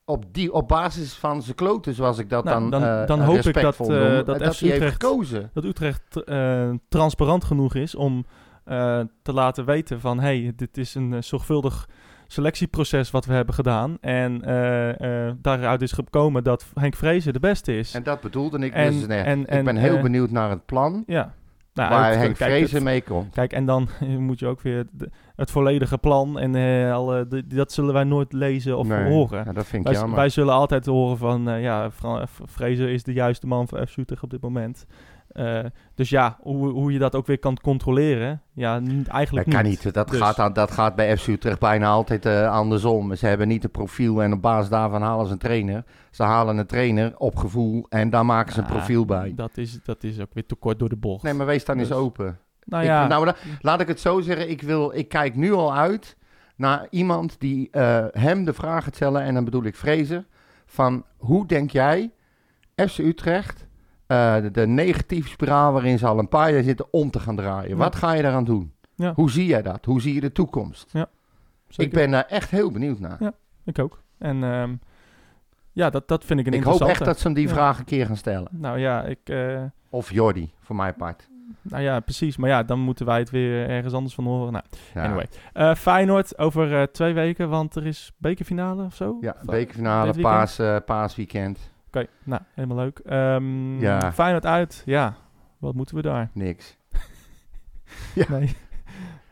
op, die, op basis van zijn kloten, zoals ik dat
Nou,
dan,
dan-
eh,
dan hoop ik dat,
respectvol
eh,
noem, eh,
dat
dat,
FC
hij heeft
Utrecht-
gekozen.
dat Utrecht eh, transparant genoeg is om eh, te laten weten van hey, dit is een eh, zorgvuldig selectieproces wat we hebben gedaan. En eh, eh, daaruit is gekomen dat Henk Vrezen de beste is.
En dat bedoelde ik
En-
dus net.
en-
ik
en,
ben heel
eh,
benieuwd naar het plan
ja. Nou,
waar
het-
Henk
kijk,
Vrezen
het-
mee komt.
Kijk, en dan moet je ook weer de- het volledige plan en eh, alle, de- dat zullen wij nooit lezen of
Nee,
horen.
ja, dat vind ik
Wij,
jammer.
wij zullen altijd horen van, eh, ja, Fra- F- Vrezen is de juiste man voor FC Utrecht op dit moment. Eh, dus ja, hoe, hoe je dat ook weer kan controleren, ja, niet,
dat
eigenlijk
kan
niet.
niet. Dat,
Dus-
gaat, aan- dat gaat bij FC Utrecht bijna altijd eh, andersom. Ze hebben niet een profiel en op basis daarvan halen ze een trainer. Ze halen een trainer op gevoel en daar maken ze een
Ja,
profiel bij.
Ah, Dat is, dat is ook weer te kort door de bocht.
Nee, maar wees dan eens
Dus-
open.
nou
Ik-
ja,
nou, la- laat ik het zo zeggen. Ik, wil, ik kijk nu al uit naar iemand die eh, hem de vraag gaat stellen. En dan bedoel ik Fraser. Van hoe denk jij FC Utrecht eh, de, de negatieve spiraal waarin ze al een paar jaar zitten om te gaan draaien?
Ja.
Wat ga je daaraan doen?
Ja.
Hoe zie jij dat? Hoe zie je de toekomst?
zeker.
Ik ben daar echt heel benieuwd naar.
Ja, ik ook. En ehm, ja, dat, dat vind ik een
ik hoop
interessante.
echt dat ze hem die
Ja.
vraag een keer gaan stellen.
Nou ja, ik... eh,
Of Jordi, voor mijn part.
Nou ja, precies. Maar ja, dan moeten wij het weer ergens anders van horen. Nou,
Ja,
anyway. Eh, Feyenoord over eh, twee weken, want er is bekerfinale of zo?
Ja,
Of, eh,
bekerfinale,
dit weekend?
paas, eh, paasweekend,
Oké, nou, helemaal leuk. Ehm
Ja.
Feyenoord uit, ja. Wat moeten we daar?
niks.
Nee.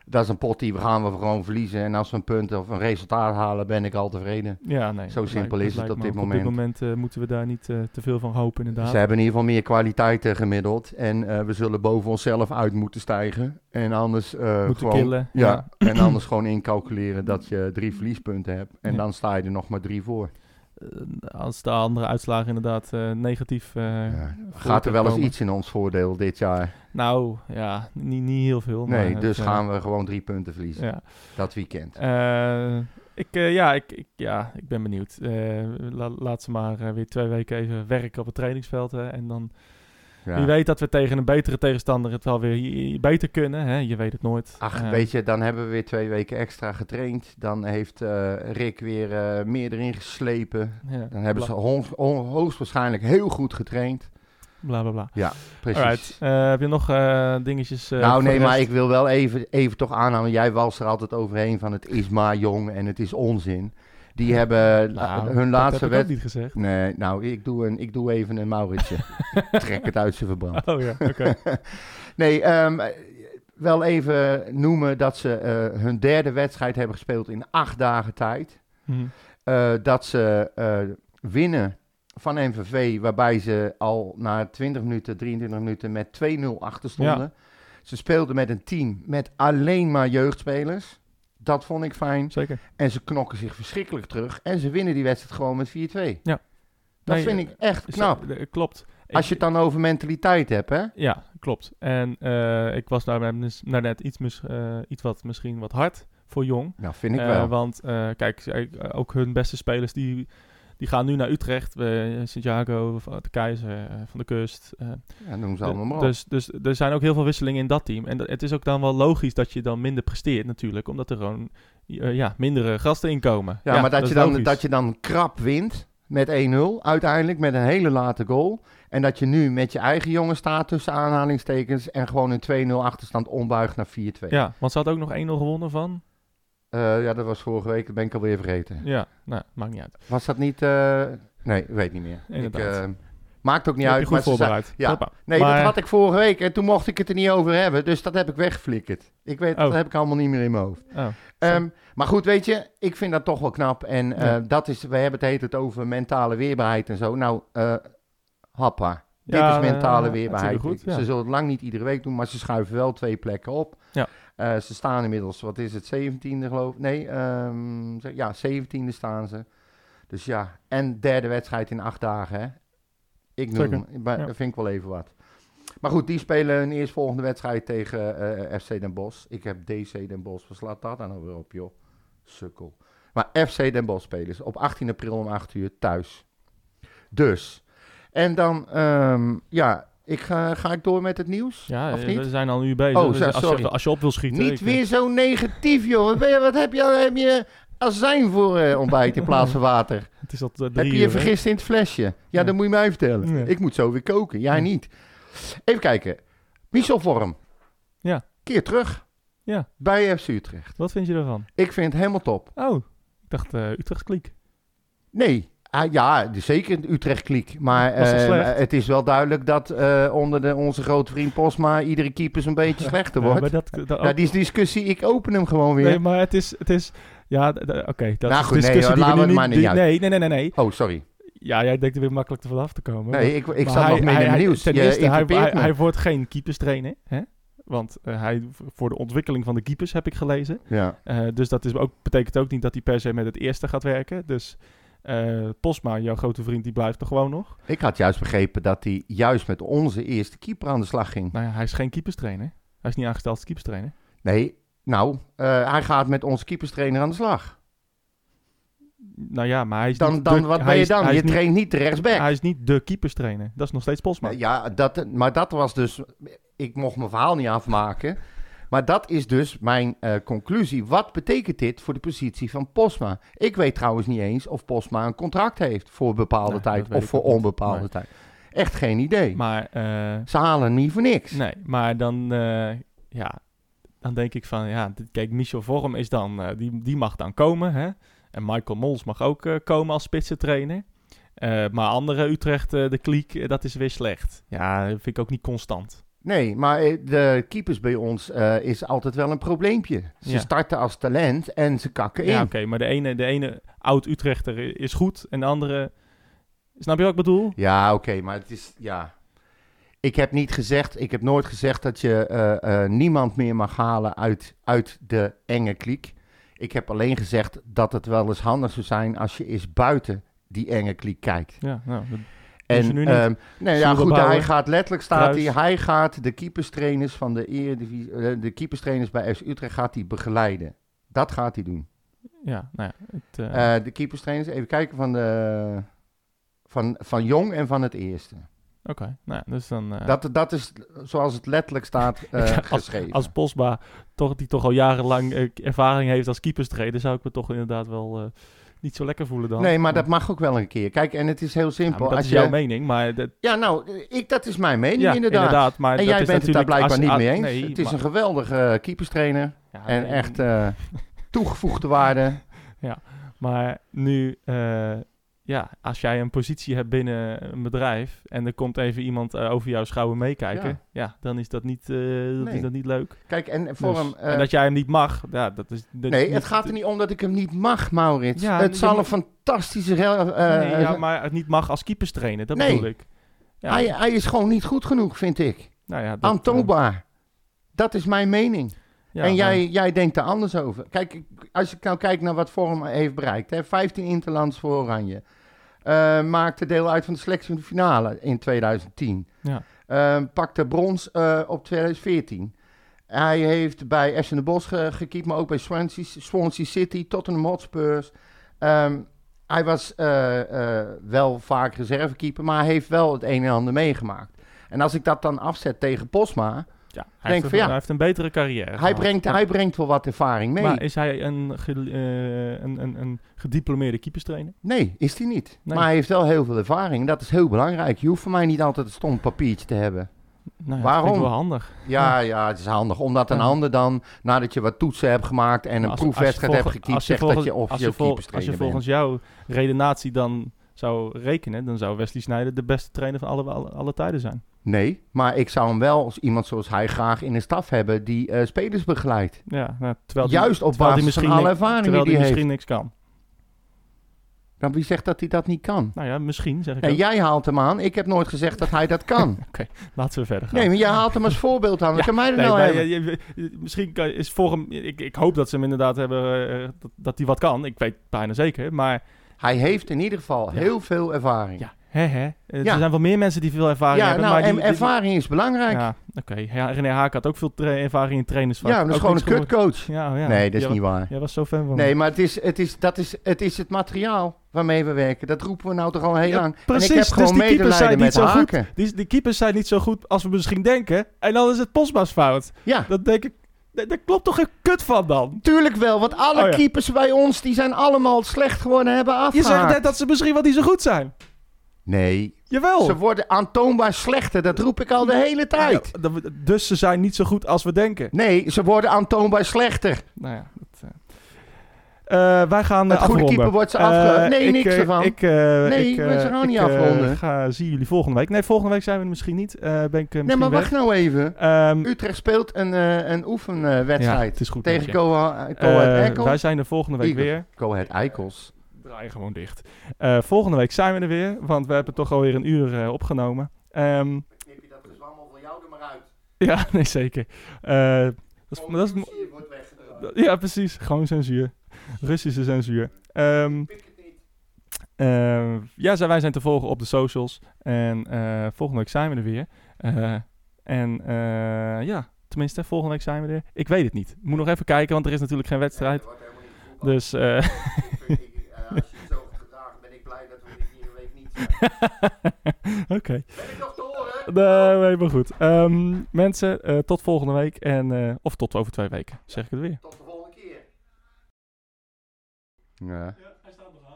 Dat is een pot die we gaan we gewoon verliezen. En als we een punt of een resultaat halen, ben ik al tevreden.
Ja, nee.
Zo
dat
simpel
lijkt-
is
dat
het
lijkt
op
me
dit
ook. Op dit
moment.
moment eh, moeten we daar niet eh, te veel van hopen, inderdaad.
Ze hebben in ieder geval meer kwaliteit eh, gemiddeld. En eh, we zullen boven onszelf uit moeten stijgen. En anders, eh,
moeten
gewoon,
killen.
Ja, en anders gewoon incalculeren dat je drie verliespunten hebt. En
Ja.
dan sta je er nog maar drie voor.
Eh, als de andere uitslagen inderdaad eh, negatief... eh,
Ja.
voor
Gaat er wel eens
komen.
iets in ons voordeel dit jaar?
Nou, ja, niet, niet heel veel. maar
Nee,
het,
dus
eh,
gaan we gewoon drie punten verliezen
Ja.
dat weekend.
Eh, ik, eh, ja, ik, ik, ja, ik ben benieuwd. Eh, la- laat ze maar eh, weer twee weken even werken op het trainingsveld. Hè, en dan
Ja.
Wie weet dat we tegen een betere tegenstander het wel weer i- i- beter kunnen. Hè? Je weet het nooit.
Ach,
Eh,
weet je, dan hebben we weer twee weken extra getraind. Dan heeft eh, Rick weer eh, meer erin geslepen.
ja,
Dan hebben ze hon- hon- hoogstwaarschijnlijk heel goed getraind.
Bla bla bla.
Precies.
Alright. Eh, heb je nog eh, dingetjes? eh, voor
nou, nee,
de
maar
rest?
ik wil wel even, even toch aanhouden. Jij was er altijd overheen van het is maar jong en het is onzin. Die hebben la-
Nou,
hun
dat
laatste
heb ik ook
wedstrijd.
niet gezegd.
Nee, nou, ik doe, een, ik doe even een Mauritsje. Trek het uit zijn verbrand.
Oh ja, oké.
Nee, ehm, eh, wel even noemen dat ze eh, hun derde wedstrijd hebben gespeeld in acht dagen tijd.
Hm.
Eh, dat ze eh, winnen van MVV, waarbij ze al na 20 minuten, 23 minuten met 2-0 achter stonden. Ze speelden met een team met alleen maar jeugdspelers. Dat vond ik fijn.
Zeker.
En ze knokken zich verschrikkelijk terug. En ze winnen die wedstrijd gewoon met 4-2.
Ja.
Dat
Nee,
vind ik echt
Is-
knap.
eh, klopt. Ik-
Als je het dan over mentaliteit hebt, hè?
Ja, klopt. En eh, ik was daar net- daar net iets, mis, eh, iets wat misschien wat hard voor jong.
Nou, vind ik
Eh,
wel.
Want eh, kijk, zij- eh, ook hun beste spelers die, die gaan nu naar Utrecht, eh, Santiago, van de Keizer, eh, van de Kust. eh,
Ja, noem ze
de-
allemaal maar op.
dus, dus er zijn ook heel veel wisselingen in dat team. En dat- het is ook dan wel logisch dat je dan minder presteert natuurlijk, omdat er gewoon eh, ja, mindere gasten inkomen.
Ja, maar dat,
is
je dan,
logisch.
dat je dan krap wint met 1-0 uiteindelijk, met een hele late goal. En dat je nu met je eigen jongen staat tussen aanhalingstekens en gewoon een 2-0 achterstand ombuigt naar 4-2. Ja.
Ja, want ze had ook nog 1-0 gewonnen van.
Eh, ja, dat was vorige week, dat ben ik alweer vergeten.
Ja, nou, maakt niet uit.
Was dat niet... eh, Nee, ik weet niet meer. Ik,
Inderdaad.
eh, maakt ook niet
Heb je
uit.
goed
maar ze zei-
voorbereid.
ja.
Hoppa.
Nee,
Maar-
dat had ik vorige week en toen mocht ik het er niet over hebben. Dus dat heb ik weggeflikkerd. Ik weet, Dat
Oh.
heb ik allemaal niet meer in mijn hoofd.
oh,
Ehm, maar goed, weet je, ik vind dat toch wel knap. En eh,
Ja.
dat is, we hebben het de hele tijd over mentale weerbaarheid en zo. Nou, eh, happa.
Ja,
Dit is mentale
eh,
weerbaarheid.
natuurlijk goed, ja.
Ze zullen het lang niet iedere week doen, maar ze schuiven wel twee plekken op.
Ja.
Eh, ze staan inmiddels, wat is het, 17e geloof ik? Nee, ehm, ze- ja, 17e staan ze. Dus ja, en derde wedstrijd in acht dagen, hè? Ik noem
Zeker,
hem, maar
ja.
dat vind ik wel even wat. Maar goed, die spelen hun eerstvolgende wedstrijd tegen eh, FC Den Bosch. Ik heb DC Den Bosch. Wat slaat dat dan nou weer op, joh? Sukkel. Maar FC Den Bosch spelen ze op 18 april om 8 uur thuis. Dus. En dan, ehm, ja, ik ga, ga ik door met het nieuws?
ja,
of
eh,
niet?
we zijn al nu bezig.
Oh,
Dus
zo-
als,
sorry.
Je, als je op wil schieten.
Niet
ik-
weer zo negatief, joh. Wat, ben je, wat heb je, heb je azijn voor eh, ontbijt in plaats van water?
Het is al eh, drie
Heb je
uur,
je
hè?
vergist in het flesje? Ja,
Ja.
dat moet je mij vertellen.
Ja.
Ik moet zo weer koken. Jij
Ja.
niet. Even kijken. Michel Vorm.
Ja.
Keer terug.
Ja.
Bij FC Utrecht.
Wat vind je daarvan?
Ik vind het helemaal top.
Oh, ik dacht eh Utrecht kliek.
Nee. Ah, ja, dus zeker een Utrecht-kliek. Maar
Was het
eh,
slecht?
het is wel duidelijk dat eh, onder de, onze grote vriend Posma iedere keeper een beetje slechter wordt.
maar dat, dat, oh.
Nou, die discussie, ik open hem gewoon weer.
nee, maar het is... Het is ja, d- d- oké. dat
Nou
is
goed, nee,
discussie
hoor,
die
laten
we nu
we het maar niet
die-
uit.
Nee, nee, nee, nee, nee.
Oh, sorry.
Ja, jij denkt er weer makkelijk te vanaf te komen.
Nee, ik, ik
Maar
zat nog meer in het nieuws.
Ten
Je
eerste, hij,
interpeert
hij,
me.
hij wordt geen keeperstrainer. Hè? Want eh, hij, voor de ontwikkeling van de keepers heb ik gelezen.
ja.
Eh, dus dat is ook, betekent ook niet dat hij per se met het eerste gaat werken. Dus eh Posma, jouw grote vriend, die blijft er gewoon nog.
Ik had juist begrepen dat hij juist met onze eerste keeper aan de slag ging.
Nou ja, hij is geen keeperstrainer. Hij is niet aangesteld als keeperstrainer.
Nee, nou, eh, hij gaat met onze keeperstrainer aan de slag.
Nou ja, maar hij is
Dan,
niet
dan
de-
wat
hij
ben je
is-
dan?
hij is
Je
niet-
traint niet de rechtsback.
Hij is niet de keeperstrainer. Dat is nog steeds Posma.
Nou Ja, dat, maar dat was dus... Ik mocht mijn verhaal niet afmaken. Maar dat is dus mijn eh, conclusie. Wat betekent dit voor de positie van Posma? Ik weet trouwens niet eens of Posma een contract heeft voor bepaalde
Nee, dat
tijd
weet
of
ik
voor
ook niet.
onbepaalde
Nee.
tijd. Echt geen idee.
Maar, eh,
Ze halen niet voor niks.
nee, maar dan, eh, ja, dan denk ik van, ja, dit- kijk, Michel Vorm is dan, eh, die, die mag dan komen, hè. En Michael Mols mag ook eh, komen als spitsentrainer. Eh, maar andere Utrecht, eh, de kliek, eh, dat is weer slecht. Ja, dat vind ik ook niet constant.
Nee, maar eh, de keepers bij ons eh, is altijd wel een probleempje. Ze
Ja.
starten als talent en ze kakken
Ja,
in.
oké, maar de ene, de ene oud-Utrechter i- is goed en de andere... Snap je wat ik bedoel?
Ja, oké, maar het is. Ja. Ik heb niet gezegd, ik heb nooit gezegd dat je eh, eh, niemand meer mag halen uit, uit de enge kliek. Ik heb alleen gezegd dat het wel eens handig zou zijn als je eens buiten die enge kliek kijkt.
Ja, nou, dat- Doe
En
ze nu niet.
ehm, nee, ja, goed,
Soerenbouwer,
hij gaat letterlijk staat hij,
Kruis.
hij gaat de keeperstrainers van de Eredivisie, eh, de keeperstrainers bij FC Utrecht gaat hij begeleiden. Dat gaat hij doen.
ja, nou ja, het, eh,
Eh, de keeperstrainers, even kijken van de van, van jong en van het eerste.
Oké, nou ja, dus dan... eh,
Dat, dat is zoals het letterlijk staat eh,
Ja, als,
geschreven.
als Bosma, toch, die toch al jarenlang eh, ervaring heeft als keeperstrainer, zou ik me toch inderdaad wel eh, niet zo lekker voelen dan.
nee, maar dat mag ook wel een keer. Kijk, en het is heel
Ja, maar
simpel.
dat
als
is
jij-
jouw mening, maar dat,
ja, nou, ik, dat is mijn mening
ja,
inderdaad.
maar
En
dat
jij
is
bent het
natuurlijk
daar blijkbaar
als-
niet
ah,
mee eens.
nee,
het is
maar-
een geweldige eh, keeperstrainer.
ja,
en
nee,
echt eh, toegevoegde waarde.
Maar nu, eh, ja, als jij een positie hebt binnen een bedrijf en er komt even iemand eh, over jouw schouder meekijken, ja.
Ja.
dan is dat niet, eh, dat
Nee.
is dat niet leuk.
Kijk, en voor
Dus-
hem... eh,
en dat jij hem niet mag, ja, dat is... dat-
nee, het gaat er niet om dat ik hem niet mag, Maurits.
Ja,
het
je
zal een
moet-
fantastische... re- eh,
Nee, ja, maar het niet mag als keeperstrainer, dat
Nee. Ah,
bedoel ik. Ja,
hij, hij is gewoon niet goed genoeg, vind ik.
nou ja, dat,
Aantoonbaar. Dat is mijn mening.
eh, ja,
en
maar-
jij, jij denkt er anders over. Kijk, ik- als je nou kijkt naar wat Vorm heeft bereikt. Hè, 15 interlands voor Oranje. Eh, maakte deel uit van de selectie van de finale in 2010.
Ja.
Eh, pakte brons eh, op 2014. Hij heeft bij FC Den Bosch ge gekiept, maar ook bij Swansea, Swansea City, Tottenham Hotspurs. Ehm, hij was eh, eh, wel vaak reservekeeper, maar hij heeft wel het een en ander meegemaakt. En als ik dat dan afzet tegen Posma,
Ja, hij,
Denk
heeft
van,
een,
ja.
hij heeft een betere carrière.
hij
gehad.
brengt, hij brengt wel wat ervaring mee.
Maar is hij een, ge- eh, een, een, een gediplomeerde keeperstrainer?
Nee, is die niet.
Nee.
Maar hij heeft wel heel veel ervaring. En dat is heel belangrijk. Je hoeft voor mij niet altijd een stom papiertje te hebben.
Nou, ja, Dat vind
Waarom?
ik wel handig.
Ja, ja, het is handig. Omdat een
Ja.
ander dan, nadat je wat toetsen hebt gemaakt en
Maar
een
als-
proefwedstrijd
als je
hebt
volgen-
gekiept,
als je
zegt dat
volgen-
je of
als
je
vol- Als
keeperstrainer
je
bent.
volgens jouw redenatie dan zou rekenen, dan zou Wesley Sneijder de beste trainer van alle, alle, alle tijden zijn.
Nee, maar ik zou hem wel als iemand zoals hij graag in een staf hebben die eh, spelers begeleidt.
Ja, nou, terwijl die-
Juist op
terwijl die
basis van
misschien
alle
niks-
ervaringen
terwijl
die
die
hij
misschien
heeft.
niks kan.
Dan wie zegt dat hij dat niet kan?
Nou ja, misschien zeg ik.
Nee,
ook.
jij haalt hem aan. Ik heb nooit gezegd dat hij dat kan.
Laten we verder gaan.
Nee, maar jij haalt hem als voorbeeld aan. Dat
Ja,
kan mij er
Nee,
wel
maar
hebben.
je- je- je- misschien kan, is voor hem. Ik, ik hoop dat ze hem inderdaad hebben. eh, dat- dat hij wat kan. Ik weet bijna zeker. Maar
Hij heeft in ieder geval
Ja.
heel veel ervaring.
Ja, hè, hè. Eh,
Ja.
Er zijn wel meer mensen die veel ervaring
Ja,
hebben.
nou,
maar die,
en
die-
ervaring is belangrijk. Ja,
Ja, oké. Ja, René Haak had ook veel tra- ervaring in trainers.
maar dat is gewoon een kutcoach.
Ja, ja.
Nee, dat is
Jij
niet
wa-
waar.
Jij was zo fan van
Nee,
hem.
maar het is het, is, dat is, het is het materiaal waarmee we werken. Dat roepen we nou toch al heel
Ja,
lang.
precies,
en ik heb
dus
gewoon
die keepers
medelijden
zijn niet
met
zo goed.
haken.
Die, die keepers zijn niet zo goed als we misschien denken. En dan is het Postma's fout.
Ja,
Dat denk ik... Daar daar klopt toch een kut van dan?
tuurlijk wel. Want alle
Oh ja.
keepers bij ons, die zijn allemaal slecht geworden hebben
Je
afgehaakt.
zegt net dat ze misschien wel niet zo goed zijn.
Nee,
Jawel.
ze worden aantoonbaar slechter. Dat roep ik al de hele tijd.
Oh. Ja, dat- dus ze zijn niet zo goed als we denken.
Nee, ze worden aantoonbaar slechter.
Nou ja, dat, eh. Eh, wij gaan
Het
eh,
goede
afronden.
keeper wordt ze
Eh,
afge- Nee,
ik,
niks
eh,
ervan.
Ik, eh,
Nee,
ik, eh,
we gaan
ik,
niet
eh,
afronden.
ga, zie jullie volgende week. Nee, volgende week zijn we er misschien niet. Eh, ben ik eh,
Nee,
misschien
maar
weg.
wacht nou even.
Ehm,
Utrecht speelt een, eh, een
ja,
oefenwedstrijd
het is goed.
tegen
Martje.
Go Ahead Go Ahead
Eh,
Eagles.
wij zijn er volgende week
Eagles.
weer.
Go Ahead Eikels.
Draai gewoon dicht. Eh, volgende week zijn we er weer, want we hebben toch alweer een uur eh, opgenomen. Ehm,
Knip je dat gezwammel van jou er maar uit.
ja, nee, zeker. Eh, dat is, dat is, mo-
wordt weggedraaid.
ja, precies. Gewoon censuur. Russische censuur. Ehm, eh, ja, zijn, wij zijn te volgen op de socials. En eh, volgende week zijn we er weer. Eh, en eh, ja, tenminste, volgende week zijn we er. Ik weet het niet. Moet nog even kijken, want er is natuurlijk geen wedstrijd. Dus eh,
eh, Als je zo gedraagt, ben ik blij dat we dit hier een week niet zijn.
oké.
Ben ik nog te horen?
Nee, helemaal goed. Ehm, mensen, eh, tot volgende week. En, eh, of tot over twee weken, zeg ik het weer.
Tot de volgende keer. Ja.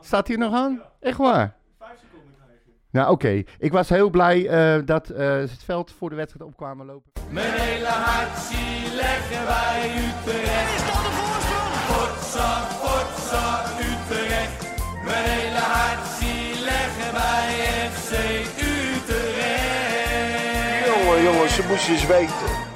Staat hij nog aan? Echt waar? Vijf seconden krijgen. Nou, oké. Ik was heel blij eh, dat eh, ze het veld voor de wedstrijd opkwamen lopen.
Mijn hele hart zie leggen wij Utrecht. Is dat de voorsprong? Potsa, potsa, Utrecht. Mijn hele hart zie leggen wij FC Utrecht.
Jongen, jongen, ze moest je eens weten.